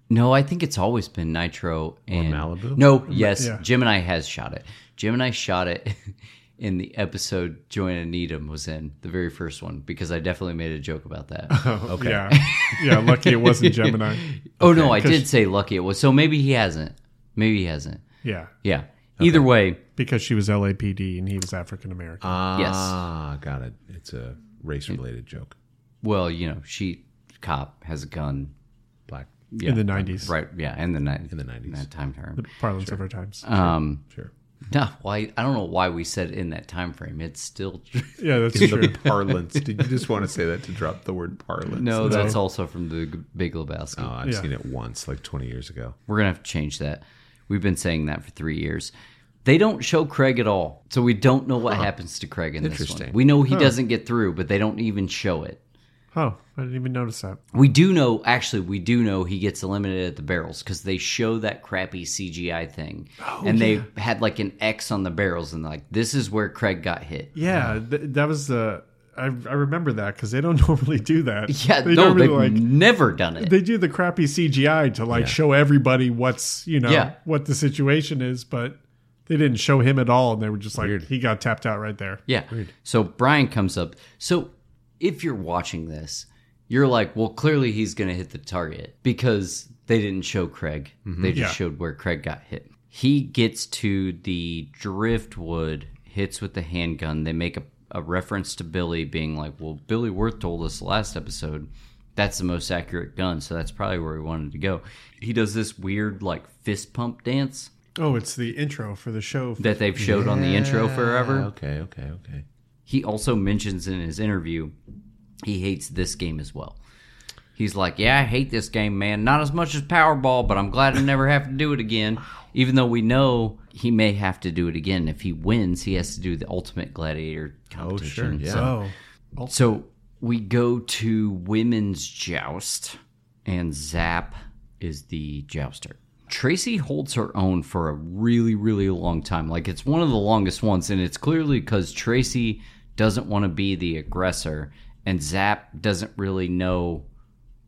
[SPEAKER 1] No, I think it's always been Nitro and
[SPEAKER 3] Malibu?
[SPEAKER 1] No, yes,
[SPEAKER 2] yeah.
[SPEAKER 1] Gemini has shot it. Gemini shot it in the episode Joanna Needham was in, the very first one, because I definitely made a joke about that.
[SPEAKER 2] Okay. Oh, Yeah. Yeah. Lucky it wasn't Gemini.
[SPEAKER 1] oh no, I did say lucky it was. So maybe he hasn't. Maybe he hasn't.
[SPEAKER 2] Yeah.
[SPEAKER 1] Yeah. Either way,
[SPEAKER 2] Because she was LAPD and he was African American.
[SPEAKER 3] Ah, got it. It's a race related joke.
[SPEAKER 1] well, you know, she cop has a gun.
[SPEAKER 3] Black
[SPEAKER 1] Yeah,
[SPEAKER 2] In the 90s.
[SPEAKER 1] Right. Yeah. In the night.
[SPEAKER 3] in the nineties.
[SPEAKER 1] That time term.
[SPEAKER 2] Parlance of our times.
[SPEAKER 3] Uh,
[SPEAKER 1] Um,
[SPEAKER 3] Sure.
[SPEAKER 1] no, why? I don't know why we said in that time frame. It's still
[SPEAKER 2] yeah, that's
[SPEAKER 3] The
[SPEAKER 2] true.
[SPEAKER 3] parlance. Did you just want to say that to drop the word parlance?
[SPEAKER 1] no. That's also from the G- Big Lebowski.
[SPEAKER 3] Oh, I've
[SPEAKER 2] Yeah.
[SPEAKER 3] seen it once, like twenty years ago.
[SPEAKER 1] We're gonna have to change that. We've been saying that for three years. They don't show Craig at all, so we don't know what happens to Craig in this one.
[SPEAKER 3] Interesting.
[SPEAKER 1] We know he doesn't get through, but they don't even show it.
[SPEAKER 2] Oh, I didn't even notice that.
[SPEAKER 1] We do know, actually, we do know he gets eliminated at the barrels because they show that crappy CGI thing, and they had like an X on the barrels, and like this is where Craig got hit.
[SPEAKER 2] Yeah, th- that was the. I, I remember that because they don't normally do that.
[SPEAKER 1] Yeah,
[SPEAKER 2] they
[SPEAKER 1] no,
[SPEAKER 2] normally
[SPEAKER 1] they've
[SPEAKER 2] like
[SPEAKER 1] never done it.
[SPEAKER 2] they do the crappy CGI to like show everybody what's you know
[SPEAKER 1] Yeah.
[SPEAKER 2] what the situation is, but they didn't show him at all, and they were just like he got tapped out right there.
[SPEAKER 1] yeah. So Brian comes up. So if you're watching this, you're like, well, clearly he's going to hit the target because they didn't show Craig. They just
[SPEAKER 2] Yeah.
[SPEAKER 1] showed where Craig got hit. He gets to the driftwood, hits with the handgun. They make a, a reference to Billy being like, well, Billy Worth told us last episode that's the most accurate gun. So that's probably where he wanted to go. He does this weird, like, fist pump dance
[SPEAKER 2] Oh, it's the intro for the show.
[SPEAKER 1] that they've showed on the intro forever.
[SPEAKER 3] Okay, okay, okay.
[SPEAKER 1] he also mentions in his interview he hates this game as well. He's like, Yeah, I hate this game, man. Not as much as Powerball, but I'm glad I never have to do it again. Even though we know he may have to do it again. If he wins, he has to do the Ultimate Gladiator competition.
[SPEAKER 3] yeah.
[SPEAKER 1] So-
[SPEAKER 2] oh,
[SPEAKER 1] so we go to women's joust, and Zap is the jouster. Tracy holds her own for a really, really long time. Like it's one of the longest ones, and it's clearly because Tracy doesn't want to be the aggressor, and Zap doesn't really know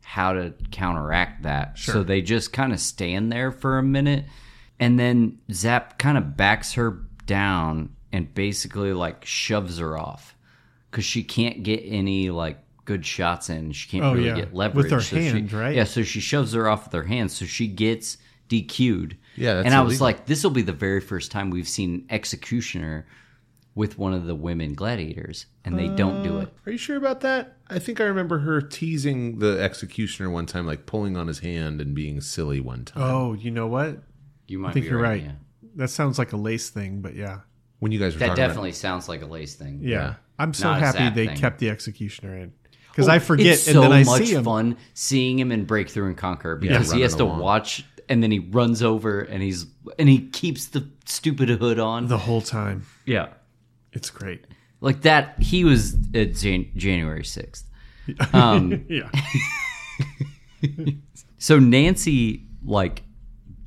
[SPEAKER 1] how to counteract that. So they just kind of stand there for a minute. And then Zap kind of backs her down and basically like shoves her off because she can't get any like good shots in. She can't
[SPEAKER 2] Oh,
[SPEAKER 1] really
[SPEAKER 2] yeah.
[SPEAKER 1] get leverage.
[SPEAKER 2] With her
[SPEAKER 1] So she-
[SPEAKER 2] hand, right?
[SPEAKER 1] Yeah. So she shoves her off with her hand. So she gets DQ'd.
[SPEAKER 3] Yeah, that's
[SPEAKER 1] and I was
[SPEAKER 3] illegal.
[SPEAKER 1] like, this will be the very first time we've seen an executioner with one of the women gladiators, and they don't
[SPEAKER 2] Uh,
[SPEAKER 1] do it.
[SPEAKER 3] Are you sure about that? I think I remember her teasing the executioner one time, like pulling on his hand and being silly one time.
[SPEAKER 2] oh, you know what?
[SPEAKER 1] You might
[SPEAKER 2] I think
[SPEAKER 1] be
[SPEAKER 2] you're right.
[SPEAKER 1] yeah.
[SPEAKER 2] That sounds like a lace thing, but yeah,
[SPEAKER 3] when you guys were
[SPEAKER 1] That
[SPEAKER 3] talking
[SPEAKER 1] definitely sounds like a lace thing.
[SPEAKER 2] yeah. I'm so
[SPEAKER 1] Not a
[SPEAKER 2] happy
[SPEAKER 1] Zap
[SPEAKER 2] they
[SPEAKER 1] thing. Oh,
[SPEAKER 2] kept the executioner in because I forget,
[SPEAKER 1] It's
[SPEAKER 2] and
[SPEAKER 1] so
[SPEAKER 2] then I
[SPEAKER 1] much
[SPEAKER 2] see him.
[SPEAKER 1] fun seeing him in Breakthrough and Conquer because he
[SPEAKER 3] running
[SPEAKER 1] has to
[SPEAKER 3] along.
[SPEAKER 1] watch and then he runs over and he's and he keeps the stupid hood on.
[SPEAKER 2] the whole time.
[SPEAKER 1] yeah.
[SPEAKER 2] It's great.
[SPEAKER 1] Like that, he was at Jan- January 6th. Um,
[SPEAKER 2] Yeah.
[SPEAKER 1] So Nancy like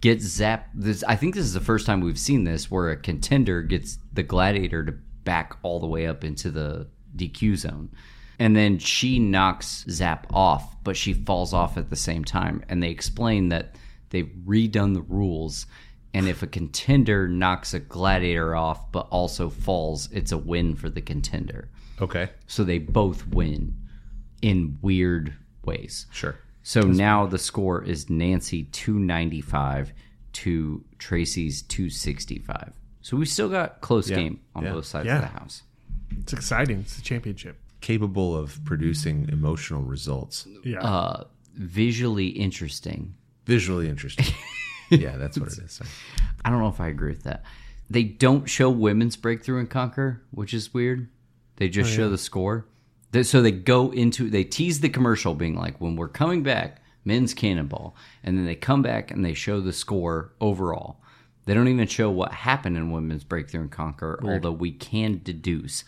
[SPEAKER 1] gets zapped. This I think this is the first time we've seen this where a contender gets the gladiator to back all the way up into the DQ zone, and then she knocks Zap off, but she falls off at the same time. And they explain that they've redone the rules. And if a contender knocks a gladiator off but also falls, it's a win for the contender.
[SPEAKER 3] Okay.
[SPEAKER 1] So they both win in weird ways.
[SPEAKER 3] Sure.
[SPEAKER 1] So now the score is Nancy 295 to Tracy's 265. So we still got close game on both sides
[SPEAKER 2] Yeah.
[SPEAKER 1] of the house.
[SPEAKER 2] It's exciting. It's a championship.
[SPEAKER 3] Capable of producing emotional results.
[SPEAKER 2] Yeah.
[SPEAKER 1] Uh, visually interesting.
[SPEAKER 3] Visually interesting. yeah, that's what it is. Sorry.
[SPEAKER 1] I don't know if I agree with that. They don't show women's breakthrough and conquer, which is weird. They just show the score. They- so they go into they tease the commercial, being like, "When we're coming back, men's cannonball," and then they come back and they show the score overall. They don't even show what happened in women's breakthrough and conquer, although we can deduce.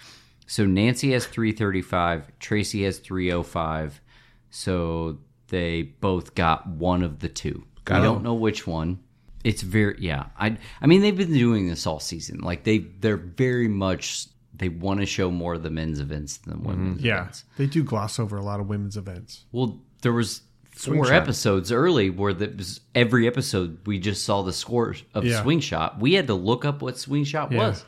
[SPEAKER 1] So Nancy has three thirty five, Tracy has three oh five. So they both got one of the two. I we don't know which one. It's very yeah. I I mean they've been doing this all season. Like they they're very much they want to show more of the men's events than women's
[SPEAKER 2] yeah.
[SPEAKER 1] events.
[SPEAKER 2] They do gloss over a lot of women's events.
[SPEAKER 1] Well, there was four
[SPEAKER 3] shot.
[SPEAKER 1] episodes early where that was every episode we just saw the score of
[SPEAKER 2] Yeah.
[SPEAKER 1] swing shot. We had to look up what swing shot was.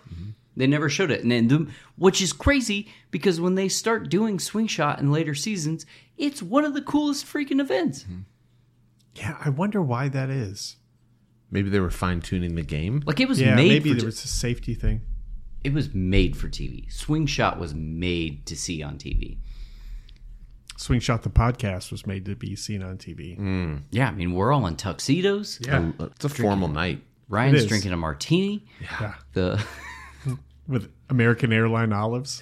[SPEAKER 1] They never showed it, and then the, which is crazy because when they start doing swing shot in later seasons, it's one of the coolest freaking events.
[SPEAKER 2] Yeah. I wonder why that is.
[SPEAKER 3] Maybe they were fine tuning the game.
[SPEAKER 1] Like it was
[SPEAKER 2] Yeah.
[SPEAKER 1] made
[SPEAKER 2] maybe
[SPEAKER 1] for
[SPEAKER 2] there was a safety thing.
[SPEAKER 1] it was made for TV. Swing Shot was made to see on TV.
[SPEAKER 2] Swing Shot the podcast was made to be seen on TV.
[SPEAKER 1] Mm. Yeah, I mean we're all in tuxedos. Uh,
[SPEAKER 2] Yeah.
[SPEAKER 3] It's a formal night.
[SPEAKER 2] It
[SPEAKER 1] Ryan's
[SPEAKER 2] is.
[SPEAKER 1] drinking a martini.
[SPEAKER 2] Yeah.
[SPEAKER 1] The
[SPEAKER 2] With American Airline olives.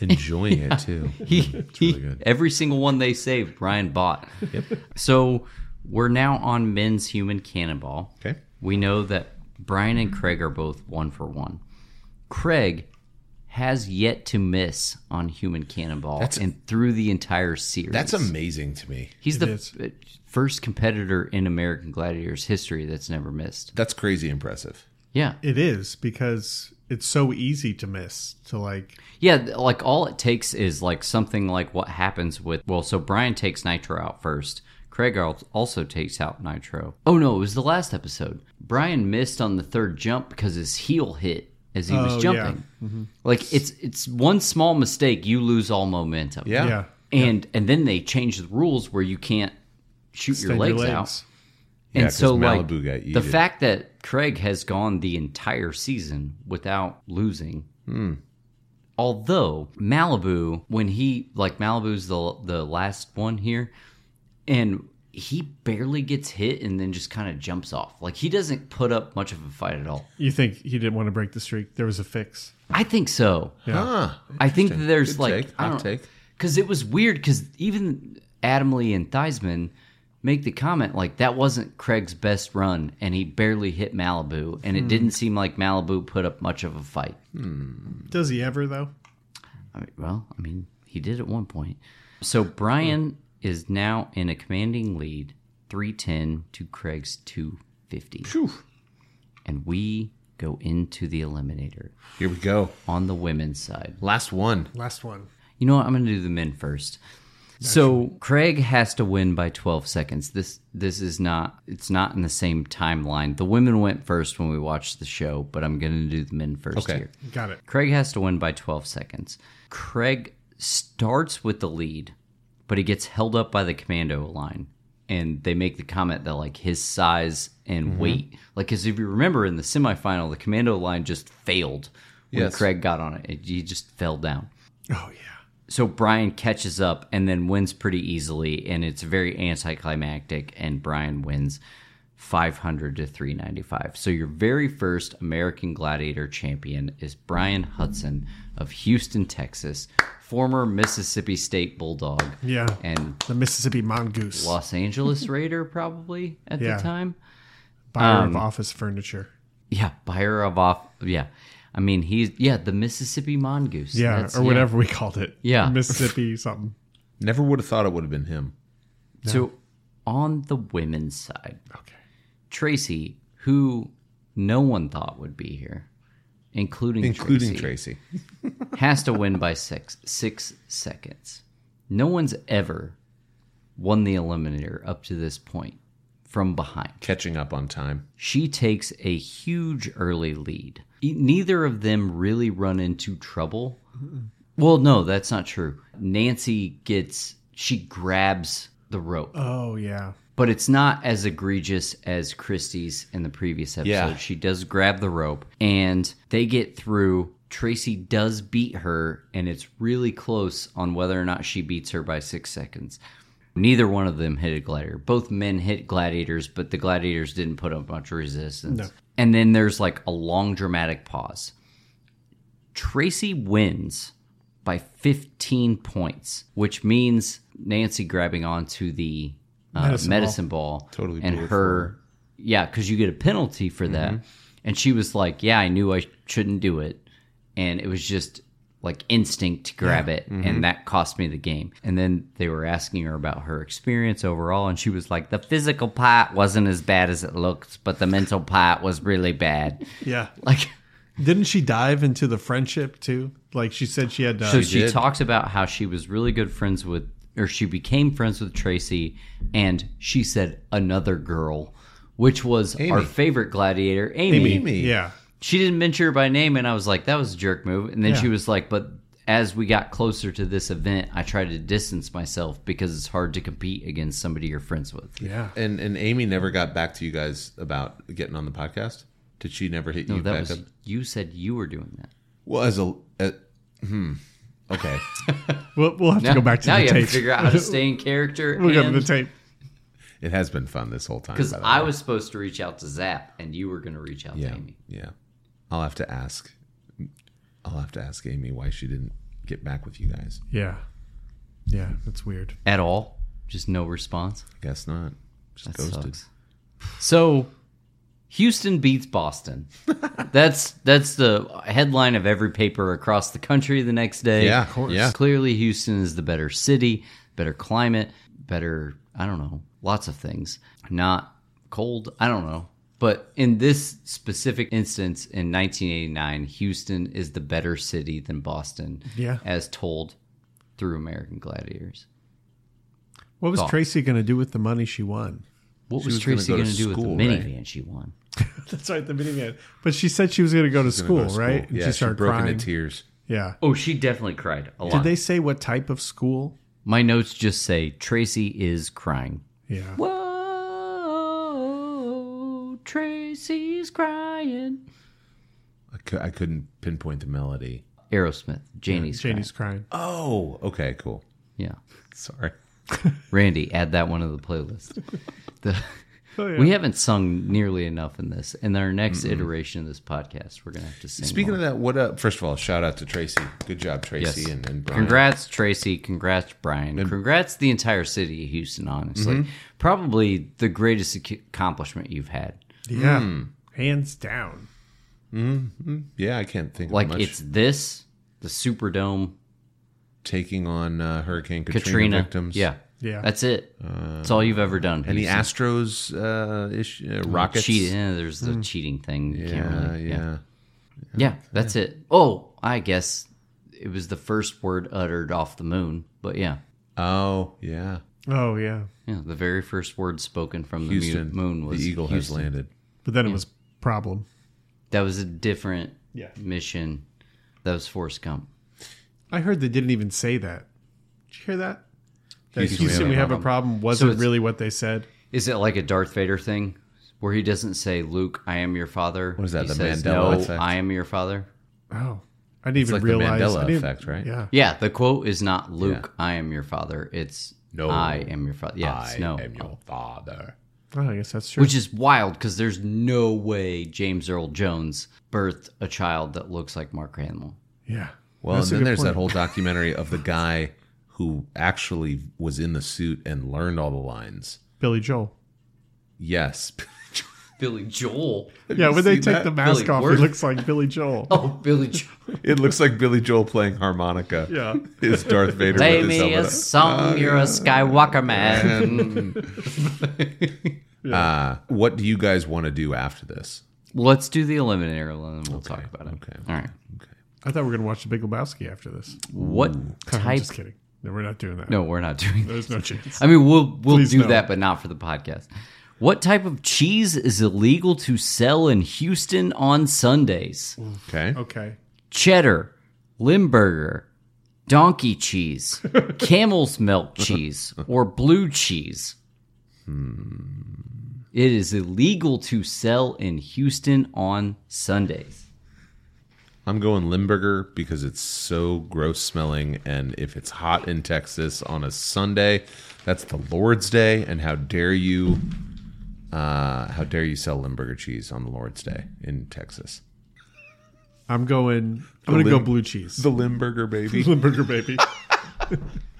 [SPEAKER 3] Enjoying it too.
[SPEAKER 1] he,
[SPEAKER 3] really
[SPEAKER 1] he-
[SPEAKER 3] good.
[SPEAKER 1] every single one they saved, Ryan bought. So we're now on men's human cannonball.
[SPEAKER 3] Okay.
[SPEAKER 1] We know that Brian and Craig are both one for one. Craig has yet to miss on human cannonball
[SPEAKER 3] That's-
[SPEAKER 1] and through the entire series.
[SPEAKER 3] That's amazing to me.
[SPEAKER 1] He's
[SPEAKER 2] It
[SPEAKER 1] the
[SPEAKER 2] is.
[SPEAKER 1] f- first competitor in American Gladiators history that's never missed.
[SPEAKER 3] That's crazy impressive.
[SPEAKER 1] Yeah.
[SPEAKER 2] It is because it's so easy to miss. To like,
[SPEAKER 1] Yeah, th- like all it takes is like something like what happens with well, so Brian takes Nitro out first. Craig al- also takes out Nitro. Oh no, it was the last episode. Brian missed on the third jump because his heel hit as he
[SPEAKER 2] Oh,
[SPEAKER 1] was
[SPEAKER 2] yeah.
[SPEAKER 1] jumping. Like it's it's one small mistake, you lose all momentum.
[SPEAKER 3] Yeah.
[SPEAKER 2] yeah.
[SPEAKER 1] And and then they change the rules where you can't shoot your
[SPEAKER 2] Extend
[SPEAKER 1] legs, out. And so
[SPEAKER 3] 'cause
[SPEAKER 1] like
[SPEAKER 3] Malibu got
[SPEAKER 1] the
[SPEAKER 3] yeeted.
[SPEAKER 1] fact that Craig has gone the entire season without losing
[SPEAKER 3] Hmm.
[SPEAKER 1] although Malibu, when he like Malibu's the the last one here, and he barely gets hit and then just kind of jumps off. Like he doesn't put up much of a fight at all.
[SPEAKER 2] You think he didn't want to break the streak? There was a fix.
[SPEAKER 1] I think so.
[SPEAKER 3] Huh.
[SPEAKER 1] I think that there's
[SPEAKER 3] Good
[SPEAKER 1] like
[SPEAKER 3] take.
[SPEAKER 1] I
[SPEAKER 3] Hot
[SPEAKER 1] don't
[SPEAKER 3] take.
[SPEAKER 1] because it was weird because even Adam Lee and Theismann make the comment like that wasn't Craig's best run and he barely hit Malibu and it didn't seem like Malibu put up much of a fight.
[SPEAKER 2] Does he ever though?
[SPEAKER 1] I mean, well, I mean, he did at one point. So Brian is now in a commanding lead, 310 to Craig's 250. And we go into the eliminator
[SPEAKER 3] Here we go.
[SPEAKER 1] on the women's side.
[SPEAKER 3] Last one.
[SPEAKER 2] Last one.
[SPEAKER 1] You know what? I'm going to do the men first. So Craig has to win by 12 seconds. This this is not it's not in the same timeline. The women went first when we watched the show, but I'm going to do the men first
[SPEAKER 3] Okay.
[SPEAKER 1] here.
[SPEAKER 2] Got it.
[SPEAKER 1] Craig has to win by 12 seconds. Craig starts with the lead, but he gets held up by the commando line. And they make the comment that, like, his size and
[SPEAKER 3] Mm-hmm.
[SPEAKER 1] weight, like, because if you remember in the semifinal, the commando line just failed when
[SPEAKER 3] Yes.
[SPEAKER 1] Craig got on it. it. He just fell down.
[SPEAKER 2] Oh yeah.
[SPEAKER 1] So Brian catches up and then wins pretty easily. And it's very anticlimactic. And Brian wins 500 to 395. So your very first American Gladiator champion is Brian Hudson of Houston, Texas, former Mississippi State Bulldog
[SPEAKER 2] Yeah.
[SPEAKER 1] and
[SPEAKER 2] the Mississippi mongoose.
[SPEAKER 1] Los Angeles Raider, probably at
[SPEAKER 2] Yeah.
[SPEAKER 1] the time. Um,
[SPEAKER 2] Buyer of office furniture.
[SPEAKER 1] Yeah, buyer of off. Yeah. I mean, he's yeah, the Mississippi mongoose.
[SPEAKER 2] Yeah,
[SPEAKER 1] That's-
[SPEAKER 2] or whatever we called it.
[SPEAKER 1] Yeah.
[SPEAKER 2] Mississippi something.
[SPEAKER 3] Never would have thought it would have been him.
[SPEAKER 1] So on the women's side,
[SPEAKER 2] Okay.
[SPEAKER 1] Tracy, who no one thought would be here, including
[SPEAKER 3] Including
[SPEAKER 1] Tracy.
[SPEAKER 3] Tracy.
[SPEAKER 1] has to win by six six seconds. No one's ever won the eliminator up to this point from behind.
[SPEAKER 3] Catching up on time.
[SPEAKER 1] She takes a huge early lead. E- Neither of them really run into trouble. Well, no, that's not true. Nancy gets she grabs the rope,
[SPEAKER 2] Oh yeah.
[SPEAKER 1] but it's not as egregious as Christie's in the previous episode.
[SPEAKER 3] Yeah.
[SPEAKER 1] She does grab the rope and they get through. Tracy does beat her, and it's really close on whether or not she beats her by six seconds. Neither one of them hit a gladiator. Both men hit gladiators, but the gladiators didn't put up much resistance. And then there's like a long dramatic pause. Tracy wins by 15 points, which means Nancy grabbing onto the uh, medicine,
[SPEAKER 2] Medicine ball.
[SPEAKER 1] ball,
[SPEAKER 3] Totally
[SPEAKER 1] and
[SPEAKER 3] blew it
[SPEAKER 1] her, yeah, because you get a penalty for that. And she was like, "Yeah, I knew I shouldn't do it," and it was just like instinct to grab it, and that cost me the game. And then they were asking her about her experience overall, and she was like, "The physical part wasn't as bad as it looks, but the mental part was really bad."
[SPEAKER 2] Yeah.
[SPEAKER 1] Like.
[SPEAKER 2] Didn't she dive into the friendship too? Like she said she had uh,
[SPEAKER 1] So she
[SPEAKER 3] did.
[SPEAKER 1] talks about how she was really good friends with, or she became friends with Tracy, and she said another girl, which was our favorite gladiator, Amy.
[SPEAKER 3] Amy.
[SPEAKER 2] Yeah.
[SPEAKER 1] She didn't mention her by name, and I was like, that was a jerk move. And then she was like, but as we got closer to this event, I tried to distance myself because it's hard to compete against somebody you're friends with.
[SPEAKER 2] Yeah.
[SPEAKER 3] And and Amy never got back to you guys about getting on the podcast. Did she never hit you
[SPEAKER 1] That
[SPEAKER 3] back
[SPEAKER 1] was,
[SPEAKER 3] up?
[SPEAKER 1] you said you were doing that.
[SPEAKER 3] Well, as a, a hmm. Okay.
[SPEAKER 2] We'll, we'll have to go back to
[SPEAKER 1] now
[SPEAKER 2] the
[SPEAKER 1] you have
[SPEAKER 2] tape.
[SPEAKER 1] to figure out how to stay in character.
[SPEAKER 2] we'll go to the
[SPEAKER 1] and-
[SPEAKER 2] tape.
[SPEAKER 3] it has been fun this whole time.
[SPEAKER 1] Because
[SPEAKER 3] by the
[SPEAKER 1] I
[SPEAKER 3] way.
[SPEAKER 1] was supposed to reach out to Zap, and you were going to reach out
[SPEAKER 3] Yeah.
[SPEAKER 1] to Amy.
[SPEAKER 3] Yeah. I'll have to ask. I'll have to ask Amy why she didn't get back with you guys.
[SPEAKER 2] Yeah. Yeah, that's weird.
[SPEAKER 1] at all. Just no response.
[SPEAKER 3] I guess not. Just
[SPEAKER 1] That
[SPEAKER 3] ghosted.
[SPEAKER 1] sucks. So, Houston beats Boston. that's that's the headline of every paper across the country the next day.
[SPEAKER 3] Yeah, of course. Yeah.
[SPEAKER 1] Clearly, Houston is the better city, better climate, better I don't know, lots of things. Not cold. I don't know. But in this specific instance in 1989, Houston is the better city than Boston,
[SPEAKER 2] Yeah.
[SPEAKER 1] as told through American Gladiators.
[SPEAKER 2] What was
[SPEAKER 1] Thought.
[SPEAKER 2] Tracy going to do with the money she won?
[SPEAKER 1] What
[SPEAKER 3] She
[SPEAKER 1] was,
[SPEAKER 3] was gonna
[SPEAKER 1] Tracy
[SPEAKER 3] go to
[SPEAKER 1] going to do with the
[SPEAKER 3] school, right?
[SPEAKER 1] minivan she won?
[SPEAKER 2] That's right, the minivan. But she said she was going to go to
[SPEAKER 3] Gonna
[SPEAKER 2] school,
[SPEAKER 3] go to
[SPEAKER 2] right? And
[SPEAKER 3] Yeah,
[SPEAKER 2] she
[SPEAKER 3] she
[SPEAKER 2] started
[SPEAKER 3] broke
[SPEAKER 2] crying.
[SPEAKER 3] into tears.
[SPEAKER 2] yeah.
[SPEAKER 1] Oh, she definitely cried a lot.
[SPEAKER 2] Did they say what type of school?
[SPEAKER 1] My notes just say Tracy is crying.
[SPEAKER 2] Yeah.
[SPEAKER 1] Whoa, Tracy's crying.
[SPEAKER 3] I, cou- I couldn't pinpoint the melody.
[SPEAKER 1] Aerosmith, Janie's,
[SPEAKER 2] Janie's crying.
[SPEAKER 3] Oh, okay, cool.
[SPEAKER 1] crying.
[SPEAKER 3] Sorry.
[SPEAKER 1] Yeah, Randy, add that one to the playlist. The-
[SPEAKER 2] Oh, yeah.
[SPEAKER 1] We haven't sung nearly enough in this. In our next iteration of this podcast, we're gonna have to sing.
[SPEAKER 3] Speaking
[SPEAKER 1] more.
[SPEAKER 3] of that, what up? First of all, shout out to Tracy. Good job, Tracy and, and Brian.
[SPEAKER 1] Congrats, Tracy. Congrats, Brian. Congrats, the entire city of Houston, honestly.
[SPEAKER 3] Mm-hmm.
[SPEAKER 1] Probably the greatest ac- accomplishment you've had.
[SPEAKER 2] Yeah. Hands down.
[SPEAKER 3] Yeah, I can't think
[SPEAKER 1] Like,
[SPEAKER 3] of much.
[SPEAKER 1] it's this, the Superdome,
[SPEAKER 3] Taking on uh, Hurricane Katrina,
[SPEAKER 1] Katrina.
[SPEAKER 3] victims.
[SPEAKER 1] Yeah.
[SPEAKER 2] Yeah.
[SPEAKER 1] That's it. That's all you've ever done.
[SPEAKER 3] Any
[SPEAKER 1] Houston.
[SPEAKER 3] Astros uh, issue, uh,
[SPEAKER 1] Well,
[SPEAKER 3] rockets? Hmm.
[SPEAKER 1] cheat- yeah, there's the cheating thing. You can't
[SPEAKER 3] Yeah,
[SPEAKER 1] really,
[SPEAKER 3] yeah.
[SPEAKER 1] Yeah, that's it. Oh, I guess it was the first word uttered off the moon. But yeah.
[SPEAKER 3] Oh, yeah.
[SPEAKER 2] Oh, yeah.
[SPEAKER 1] Yeah, the very first word spoken from the mu-
[SPEAKER 3] Houston.
[SPEAKER 1] moon was
[SPEAKER 3] the eagle
[SPEAKER 1] Houston.
[SPEAKER 3] has landed.
[SPEAKER 2] But then it was problem.
[SPEAKER 1] That was a different
[SPEAKER 2] Yeah.
[SPEAKER 1] mission. That was Forrest Gump.
[SPEAKER 2] I heard they didn't even say that. Did you hear that? That
[SPEAKER 3] Houston,
[SPEAKER 2] Houston,
[SPEAKER 3] we
[SPEAKER 2] we have a problem wasn't
[SPEAKER 1] it's-
[SPEAKER 2] really what they said.
[SPEAKER 1] Is it like a Darth Vader thing where he doesn't say, Luke, I am your father? What
[SPEAKER 3] is that,
[SPEAKER 1] He
[SPEAKER 3] the
[SPEAKER 1] says, no,
[SPEAKER 3] Mandela effect?
[SPEAKER 1] I am your father.
[SPEAKER 2] Oh. I didn't even
[SPEAKER 3] like the
[SPEAKER 2] realize.
[SPEAKER 3] Mandela
[SPEAKER 2] I didn't-
[SPEAKER 3] effect, right?
[SPEAKER 2] Yeah.
[SPEAKER 1] Yeah, the quote is not Luke, I am your father. It's
[SPEAKER 3] No,
[SPEAKER 1] I am your father. Yeah, it's no.
[SPEAKER 3] your father.
[SPEAKER 2] Oh, I guess that's true.
[SPEAKER 1] Which is wild because there's no way James Earl Jones birthed a child that looks like Mark Hamill.
[SPEAKER 2] yeah.
[SPEAKER 3] Well,
[SPEAKER 2] That's a
[SPEAKER 3] and then
[SPEAKER 2] good
[SPEAKER 3] there's
[SPEAKER 2] point.
[SPEAKER 3] that whole documentary of the guy who actually was in the suit and learned all the lines.
[SPEAKER 2] Billy Joel.
[SPEAKER 3] Yes.
[SPEAKER 1] Billy Joel.
[SPEAKER 2] yeah, when they
[SPEAKER 3] seen
[SPEAKER 2] take
[SPEAKER 3] that?
[SPEAKER 2] the mask
[SPEAKER 1] Billy
[SPEAKER 2] off,
[SPEAKER 1] Worth.
[SPEAKER 2] it looks like Billy Joel.
[SPEAKER 1] Oh, Billy Joel.
[SPEAKER 3] It looks like Billy Joel playing harmonica.
[SPEAKER 2] Yeah.
[SPEAKER 3] Is Darth Vader
[SPEAKER 1] Play
[SPEAKER 3] with his
[SPEAKER 1] me
[SPEAKER 3] helmet
[SPEAKER 1] a
[SPEAKER 3] up.
[SPEAKER 1] song, you're a Skywalker man.
[SPEAKER 3] Uh, what do you guys want to do after this?
[SPEAKER 1] Let's do the eliminator and then we'll talk about it.
[SPEAKER 3] okay.
[SPEAKER 1] All right.
[SPEAKER 2] I thought we were going to watch The Big Lebowski after this.
[SPEAKER 1] What
[SPEAKER 2] I'm
[SPEAKER 1] type?
[SPEAKER 2] just kidding. No, we're not doing that.
[SPEAKER 1] No, we're not doing that.
[SPEAKER 2] There's no chance.
[SPEAKER 1] I mean, we'll we'll
[SPEAKER 2] Please
[SPEAKER 1] do
[SPEAKER 2] no.
[SPEAKER 1] that, but not for the podcast. What type of cheese is illegal to sell in Houston on Sundays?
[SPEAKER 2] Mm.
[SPEAKER 3] Okay.
[SPEAKER 2] Okay.
[SPEAKER 1] Cheddar, Limburger, donkey cheese, camel's milk cheese, or blue cheese.
[SPEAKER 2] Hmm.
[SPEAKER 1] It is illegal to sell in Houston on Sundays.
[SPEAKER 3] I'm going Limburger because it's so gross smelling. And if it's hot in Texas on a Sunday, that's the Lord's Day. And how dare you, uh, how dare you sell Limburger cheese on the Lord's Day in Texas?
[SPEAKER 2] I'm going. I'm going to go
[SPEAKER 3] Lim-
[SPEAKER 2] blue cheese.
[SPEAKER 3] The Limburger baby.
[SPEAKER 2] Limburger baby.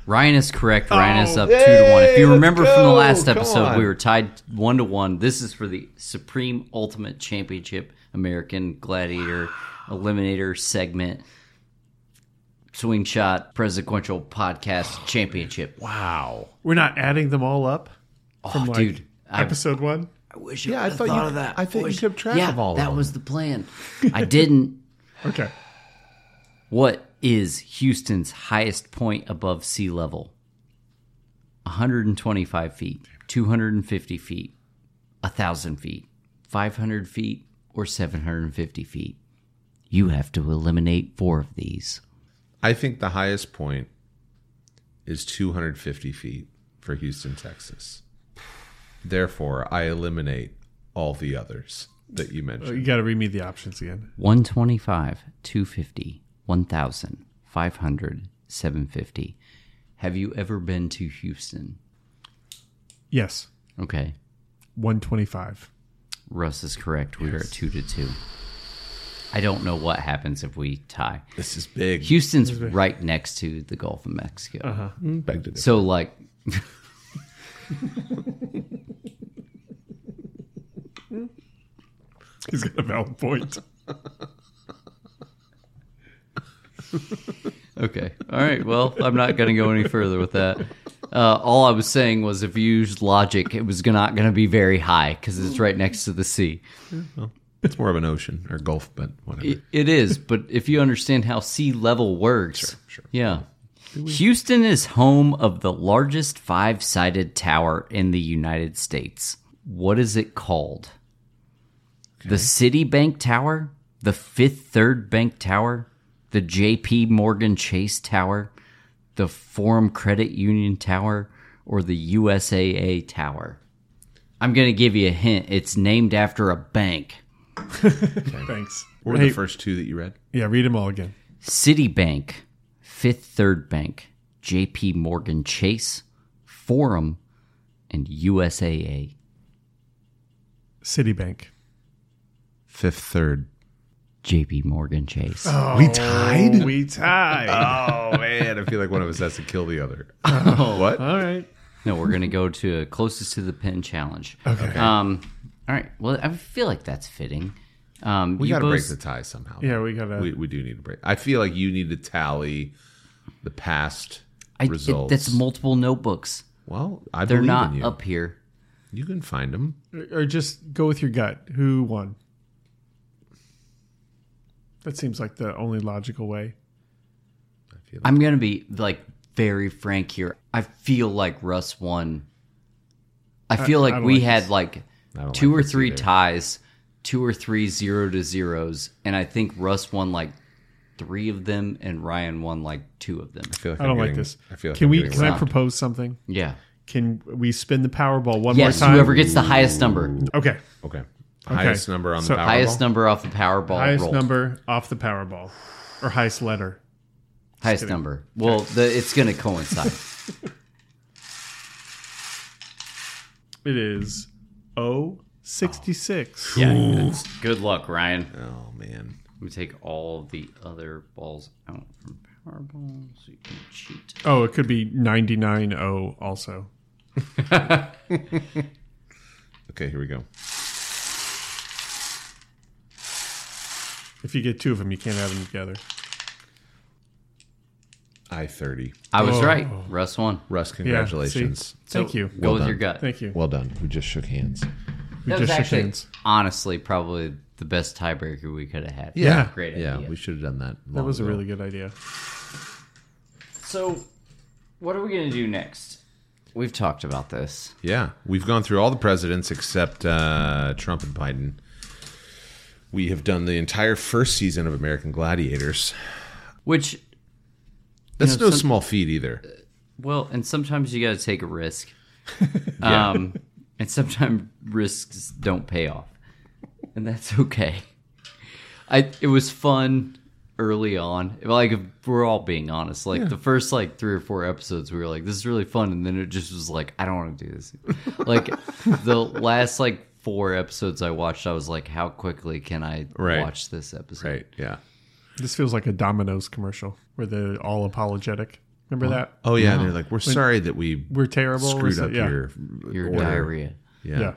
[SPEAKER 1] Ryan is correct. Ryan is up two to one. If you remember from the last episode, we were tied one to one. This is for the Supreme Ultimate Championship American Gladiator Eliminator segment. Swing shot presidential podcast championship. Wow,
[SPEAKER 3] wow.
[SPEAKER 2] we're not adding them all up
[SPEAKER 3] Oh,
[SPEAKER 2] from like
[SPEAKER 1] dude, I,
[SPEAKER 2] episode one.
[SPEAKER 1] I wish.
[SPEAKER 3] Yeah, I
[SPEAKER 1] I thought,
[SPEAKER 3] thought you-
[SPEAKER 1] of that.
[SPEAKER 3] I thought you
[SPEAKER 1] Wish-
[SPEAKER 3] kept track
[SPEAKER 1] yeah,
[SPEAKER 3] of all of
[SPEAKER 1] That
[SPEAKER 3] them.
[SPEAKER 1] was the plan. I didn't.
[SPEAKER 2] Okay.
[SPEAKER 1] What is Houston's highest point above sea level? 125 feet, 250 feet, 1,000 feet, 500 feet, or 750 feet. You have to eliminate four of these.
[SPEAKER 3] I think the highest point is 250 feet for Houston, Texas. Therefore, I eliminate all the others that you mentioned.
[SPEAKER 2] Oh, You got to read me the options again.
[SPEAKER 1] 125, 250, 1,000, 500, 750. Have you ever been to Houston?
[SPEAKER 2] Yes.
[SPEAKER 1] Okay.
[SPEAKER 2] 125.
[SPEAKER 1] Russ is correct. We are at two to two. I don't know what happens if we tie.
[SPEAKER 3] Oh, This is big.
[SPEAKER 1] Houston's right next to the Gulf of Mexico.
[SPEAKER 3] Beg to differ.
[SPEAKER 1] So, like,
[SPEAKER 2] He's got a valid point.
[SPEAKER 1] okay. All right. Well, I'm not going to go any further with that. Uh, all I was saying was if you used logic, it was not going to be very high because it's right next to the sea.
[SPEAKER 3] It's more of an ocean or Gulf, but whatever.
[SPEAKER 1] It, it is, but if you understand how sea level works,
[SPEAKER 3] sure.
[SPEAKER 1] yeah. Houston is home of the largest five sided tower in the United States. What is it called? The Citibank Tower, the Fifth Third Bank Tower, the JP Morgan Chase Tower, the Forum Credit Union Tower, or the USAA Tower? I'm going to give you a hint. It's named after a bank.
[SPEAKER 2] Thanks.
[SPEAKER 3] What were
[SPEAKER 2] Hey,
[SPEAKER 3] the first two that you read?
[SPEAKER 2] yeah, read them all again.
[SPEAKER 1] Citibank, Fifth Third Bank, JP Morgan Chase, Forum, and USAA.
[SPEAKER 2] Citibank.
[SPEAKER 3] Fifth, third.
[SPEAKER 1] JP Morgan Chase.
[SPEAKER 2] we tied? We tied.
[SPEAKER 3] Oh man, I feel like one of us has to kill the other.
[SPEAKER 1] Oh,
[SPEAKER 3] what?
[SPEAKER 2] All right.
[SPEAKER 1] No, we're gonna go to closest to the pin challenge. Okay. Um, all right. Well, I feel like that's fitting. Um,
[SPEAKER 3] We
[SPEAKER 1] you
[SPEAKER 3] got to
[SPEAKER 1] both-
[SPEAKER 3] break the tie somehow.
[SPEAKER 2] Yeah, we got to.
[SPEAKER 3] we, we do need to break. I feel like you need to tally the past
[SPEAKER 1] I, it-
[SPEAKER 3] results.
[SPEAKER 1] that's multiple notebooks.
[SPEAKER 3] well, I
[SPEAKER 1] They're
[SPEAKER 3] believe
[SPEAKER 1] not
[SPEAKER 3] in you.
[SPEAKER 1] up here.
[SPEAKER 3] You can find them.
[SPEAKER 2] or just go with your gut. Who won? That seems like the only logical way.
[SPEAKER 1] I'm gonna be like very frank here. I feel like Russ won. I feel
[SPEAKER 2] I
[SPEAKER 1] like
[SPEAKER 2] don't
[SPEAKER 1] we
[SPEAKER 2] like
[SPEAKER 1] had like
[SPEAKER 3] don't
[SPEAKER 1] two
[SPEAKER 3] like
[SPEAKER 1] or
[SPEAKER 3] this
[SPEAKER 1] three
[SPEAKER 3] either.
[SPEAKER 1] ties, two or three zero to zeros, and I think Russ won like three of them, and Ryan won like two of them.
[SPEAKER 3] I feel like
[SPEAKER 2] I don't
[SPEAKER 3] am
[SPEAKER 2] like this.
[SPEAKER 3] I feel like
[SPEAKER 2] can
[SPEAKER 3] I'm
[SPEAKER 2] we?
[SPEAKER 3] getting
[SPEAKER 2] Can I
[SPEAKER 1] robbed.
[SPEAKER 2] propose something?
[SPEAKER 1] Yeah.
[SPEAKER 2] Can we spin the Powerball one
[SPEAKER 1] Yes.
[SPEAKER 2] more time?
[SPEAKER 1] Whoever gets the highest number,
[SPEAKER 2] okay.
[SPEAKER 3] okay. Highest number on
[SPEAKER 2] So-
[SPEAKER 3] the Powerball.
[SPEAKER 1] highest number off the Powerball
[SPEAKER 2] Highest
[SPEAKER 1] roll.
[SPEAKER 2] number off the Powerball, or highest letter.
[SPEAKER 1] highest number. Well, the, it's gonna coincide.
[SPEAKER 2] It is oh O sixty six.
[SPEAKER 1] yeah. it's- Good luck, Ryan.
[SPEAKER 3] Oh man.
[SPEAKER 1] Let me take all the other balls out from Powerball so you can cheat.
[SPEAKER 2] Oh, it could be ninety nine O also.
[SPEAKER 3] Okay, here we go.
[SPEAKER 2] If you get two of them, you can't have them together.
[SPEAKER 3] I thirty.
[SPEAKER 1] I was
[SPEAKER 2] Oh.
[SPEAKER 1] right. Russ won.
[SPEAKER 3] Russ,
[SPEAKER 2] Yeah,
[SPEAKER 3] congratulations.
[SPEAKER 2] see? Thank
[SPEAKER 1] So,
[SPEAKER 2] you.
[SPEAKER 1] Go
[SPEAKER 3] Well
[SPEAKER 1] with
[SPEAKER 3] done.
[SPEAKER 1] your gut.
[SPEAKER 2] Thank you.
[SPEAKER 3] Well done. We just shook hands.
[SPEAKER 2] we
[SPEAKER 1] That was
[SPEAKER 2] just shook
[SPEAKER 1] actually,
[SPEAKER 2] hands.
[SPEAKER 1] honestly, probably the best tiebreaker we could have had.
[SPEAKER 2] Yeah.
[SPEAKER 1] Great
[SPEAKER 3] Yeah,
[SPEAKER 1] idea.
[SPEAKER 3] we should have done that.
[SPEAKER 2] That was a really good idea.
[SPEAKER 1] So, what are we going to do next? We've talked about this.
[SPEAKER 3] Yeah, we've gone through all the presidents except uh, Trump and Biden. We have done the entire first season of American Gladiators.
[SPEAKER 1] Which,
[SPEAKER 3] That's
[SPEAKER 1] know,
[SPEAKER 3] no
[SPEAKER 1] some-
[SPEAKER 3] small feat either.
[SPEAKER 1] well, and sometimes you got to take a risk. Um, and sometimes risks don't pay off. And that's okay. I It was fun early on. Like, if we're all being honest. Like, the first, like, three or four episodes, we were like, this is really fun. And then it just was like, I don't want to do this. like, the last, like, four episodes I watched, I was like, how quickly can I
[SPEAKER 3] Right.
[SPEAKER 1] watch this episode?
[SPEAKER 3] Right. Yeah.
[SPEAKER 2] This feels like a Domino's commercial where they're all apologetic. Remember that?
[SPEAKER 3] Oh yeah, they're like, we're sorry that we
[SPEAKER 2] We're terrible. We're
[SPEAKER 3] screwed
[SPEAKER 2] so-
[SPEAKER 3] up
[SPEAKER 2] yeah.
[SPEAKER 3] your
[SPEAKER 1] Your
[SPEAKER 3] order.
[SPEAKER 1] diarrhea.
[SPEAKER 3] Yeah.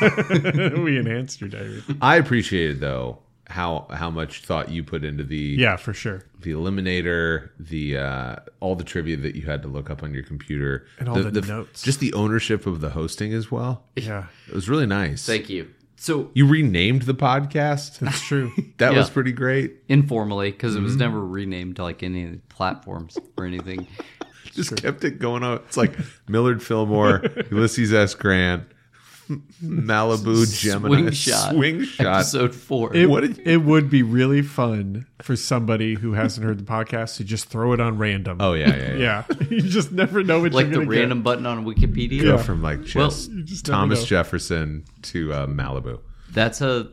[SPEAKER 2] Yeah. we enhanced your diary.
[SPEAKER 3] I appreciated though how how much thought you put into the
[SPEAKER 2] Yeah, for sure.
[SPEAKER 3] the eliminator, the uh, all the trivia that you had to look up on your computer,
[SPEAKER 2] And all the notes.
[SPEAKER 3] just the ownership of the hosting as well.
[SPEAKER 2] Yeah,
[SPEAKER 3] It was really nice.
[SPEAKER 1] Thank you. So
[SPEAKER 3] you renamed the podcast.
[SPEAKER 2] it's true.
[SPEAKER 3] That was
[SPEAKER 1] Yeah.
[SPEAKER 3] pretty great.
[SPEAKER 1] informally, because it was
[SPEAKER 2] Mm-hmm.
[SPEAKER 1] never renamed to like any of the platforms or anything.
[SPEAKER 3] Just kept it going on. It's like Millard Fillmore, Ulysses S. Grant, Malibu Gemini,
[SPEAKER 1] Swing shot.
[SPEAKER 3] Swing Shot.
[SPEAKER 1] Episode four.
[SPEAKER 2] It,
[SPEAKER 3] What did
[SPEAKER 2] it would be really fun for somebody who hasn't heard the podcast to just throw it on random.
[SPEAKER 3] Oh yeah, yeah, yeah.
[SPEAKER 2] yeah. you just never know what
[SPEAKER 1] like
[SPEAKER 2] you're
[SPEAKER 1] the
[SPEAKER 2] gonna get.
[SPEAKER 1] random button on Wikipedia.
[SPEAKER 3] Go from like
[SPEAKER 1] Well,
[SPEAKER 3] just,
[SPEAKER 2] you just never
[SPEAKER 3] Thomas
[SPEAKER 2] know.
[SPEAKER 3] Jefferson to uh, Malibu.
[SPEAKER 1] That's a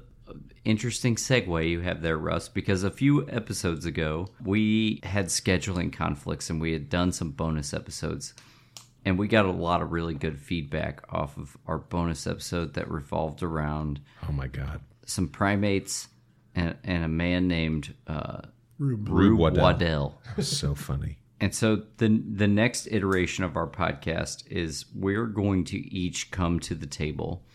[SPEAKER 1] interesting segue you have there, Russ, because a few episodes ago we had scheduling conflicts and we had done some bonus episodes. And we got a lot of really good feedback off of our bonus episode that revolved around
[SPEAKER 3] Oh my God,
[SPEAKER 1] some primates and, and a man named uh,
[SPEAKER 2] Rube.
[SPEAKER 1] Rube
[SPEAKER 3] Waddell.
[SPEAKER 1] Waddell.
[SPEAKER 3] That was so funny.
[SPEAKER 1] And so the the next iteration of our podcast is we're going to each come to the table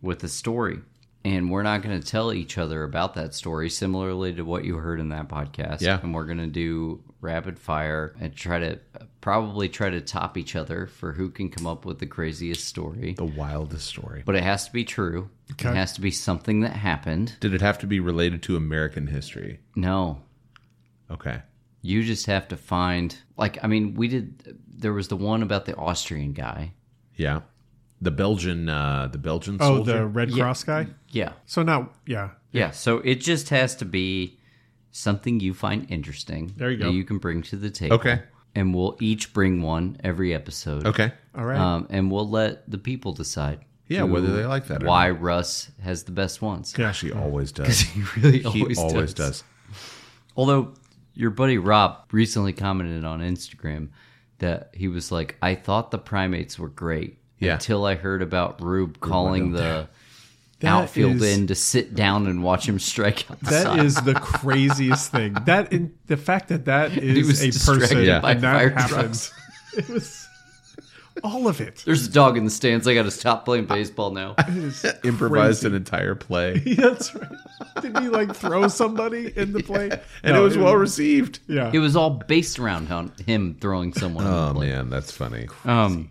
[SPEAKER 1] with a story. And we're not going to tell each other about that story, similarly to what you heard in that podcast.
[SPEAKER 3] Yeah.
[SPEAKER 1] And we're going to do rapid fire and try to probably try to top each other for who can come up with the craziest story.
[SPEAKER 3] The wildest story.
[SPEAKER 1] But it has to be true.
[SPEAKER 2] Okay.
[SPEAKER 1] It has to be something that happened.
[SPEAKER 3] Did it have to be related to American history?
[SPEAKER 1] No,
[SPEAKER 3] Okay.
[SPEAKER 1] You just have to find like I mean we did there was the one about the Austrian guy.
[SPEAKER 3] Yeah. The Belgian uh the Belgian
[SPEAKER 2] Oh,
[SPEAKER 3] soldier.
[SPEAKER 2] the Red Cross guy.
[SPEAKER 1] Yeah.
[SPEAKER 2] So now, yeah,
[SPEAKER 1] Yeah, so it just has to be something you find interesting.
[SPEAKER 2] There you
[SPEAKER 1] that
[SPEAKER 2] go.
[SPEAKER 1] you can bring to the table.
[SPEAKER 3] Okay.
[SPEAKER 1] And we'll each bring one every episode.
[SPEAKER 3] Okay.
[SPEAKER 2] all right.
[SPEAKER 1] Um, and we'll let the people decide.
[SPEAKER 3] Yeah,
[SPEAKER 1] who-
[SPEAKER 3] whether they like that or
[SPEAKER 1] Why Russ has the best ones.
[SPEAKER 3] Gosh, he always does.
[SPEAKER 1] He really
[SPEAKER 3] He always,
[SPEAKER 1] always,
[SPEAKER 3] does.
[SPEAKER 1] Although your buddy Rob recently commented on Instagram that he was like, I thought the primates were great
[SPEAKER 3] Yeah.
[SPEAKER 1] until I heard about Rube calling the
[SPEAKER 2] That
[SPEAKER 1] outfield
[SPEAKER 2] is-
[SPEAKER 1] in to sit down and watch him strike outside.
[SPEAKER 2] that is the craziest thing. That in, the fact that that is
[SPEAKER 1] was
[SPEAKER 2] a
[SPEAKER 1] distracted
[SPEAKER 2] person
[SPEAKER 1] by
[SPEAKER 2] and that
[SPEAKER 1] fire
[SPEAKER 2] happens. It was all of it.
[SPEAKER 1] There's a dog in the stands. I got to stop playing baseball now.
[SPEAKER 3] Improvised an entire play.
[SPEAKER 2] That's right. Did he like throw somebody in the play?
[SPEAKER 3] And
[SPEAKER 2] No,
[SPEAKER 3] it was well received.
[SPEAKER 2] Yeah.
[SPEAKER 1] It was all based around hon- him throwing someone. in the
[SPEAKER 3] Oh
[SPEAKER 1] plate.
[SPEAKER 3] man, that's funny.
[SPEAKER 1] Um,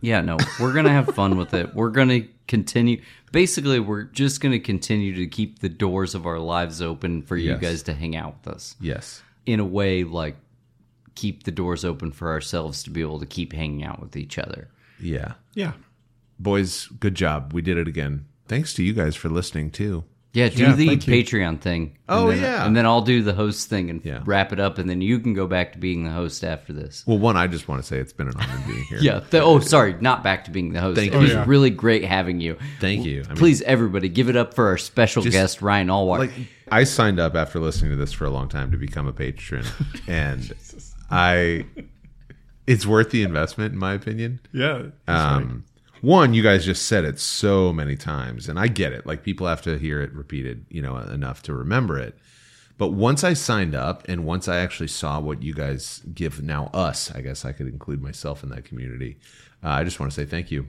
[SPEAKER 1] yeah, no, we're gonna have fun with it. We're gonna continue. Basically, we're just gonna continue to keep the doors of our lives open for you
[SPEAKER 3] Yes.
[SPEAKER 1] guys to hang out with us.
[SPEAKER 3] Yes.
[SPEAKER 1] In a way, like keep the doors open for ourselves to be able to keep hanging out with each other.
[SPEAKER 3] Yeah.
[SPEAKER 2] yeah.
[SPEAKER 3] Boys, good job. We did it again. Thanks to you guys for listening too.
[SPEAKER 1] Yeah, do
[SPEAKER 2] Yeah,
[SPEAKER 1] the
[SPEAKER 2] thank you.
[SPEAKER 1] Patreon thing. and
[SPEAKER 3] Oh,
[SPEAKER 1] then-
[SPEAKER 3] yeah.
[SPEAKER 1] and then I'll do the host thing and
[SPEAKER 3] Yeah.
[SPEAKER 1] wrap it up, and then you can go back to being the host after this.
[SPEAKER 3] Well, one, I just want to say it's been an honor being here.
[SPEAKER 1] Yeah. th- oh, sorry, not back to being the host.
[SPEAKER 3] Thank
[SPEAKER 1] it
[SPEAKER 3] you.
[SPEAKER 1] was
[SPEAKER 2] Oh, yeah.
[SPEAKER 1] really great having you.
[SPEAKER 3] Thank you. I mean,
[SPEAKER 1] Please, everybody, give it up for our special
[SPEAKER 3] Just-
[SPEAKER 1] guest Ryan Allwart.
[SPEAKER 3] like I signed up after listening to this for a long time to become a patron, and I, it's worth the investment in my opinion.
[SPEAKER 2] Yeah.
[SPEAKER 3] Um, one, you guys just said it so many times, and I get it. Like people have to hear it repeated, you know, enough to remember it. But once I signed up, and once I actually saw what you guys give now us, I guess I could include myself in that community. Uh, I just want to say thank you.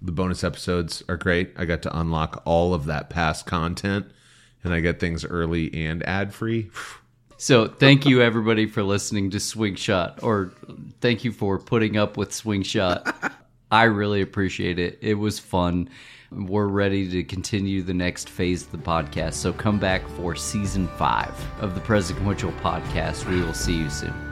[SPEAKER 3] The bonus episodes are great. I got to unlock all of that past content and I get things early and ad free.
[SPEAKER 1] So thank you everybody for listening to Swing Shot, or thank you for putting up with Swing Shot. I really appreciate it. It was fun. We're ready to continue the next phase of the podcast. So come back for season five of the Presidential Podcast. We will see you soon.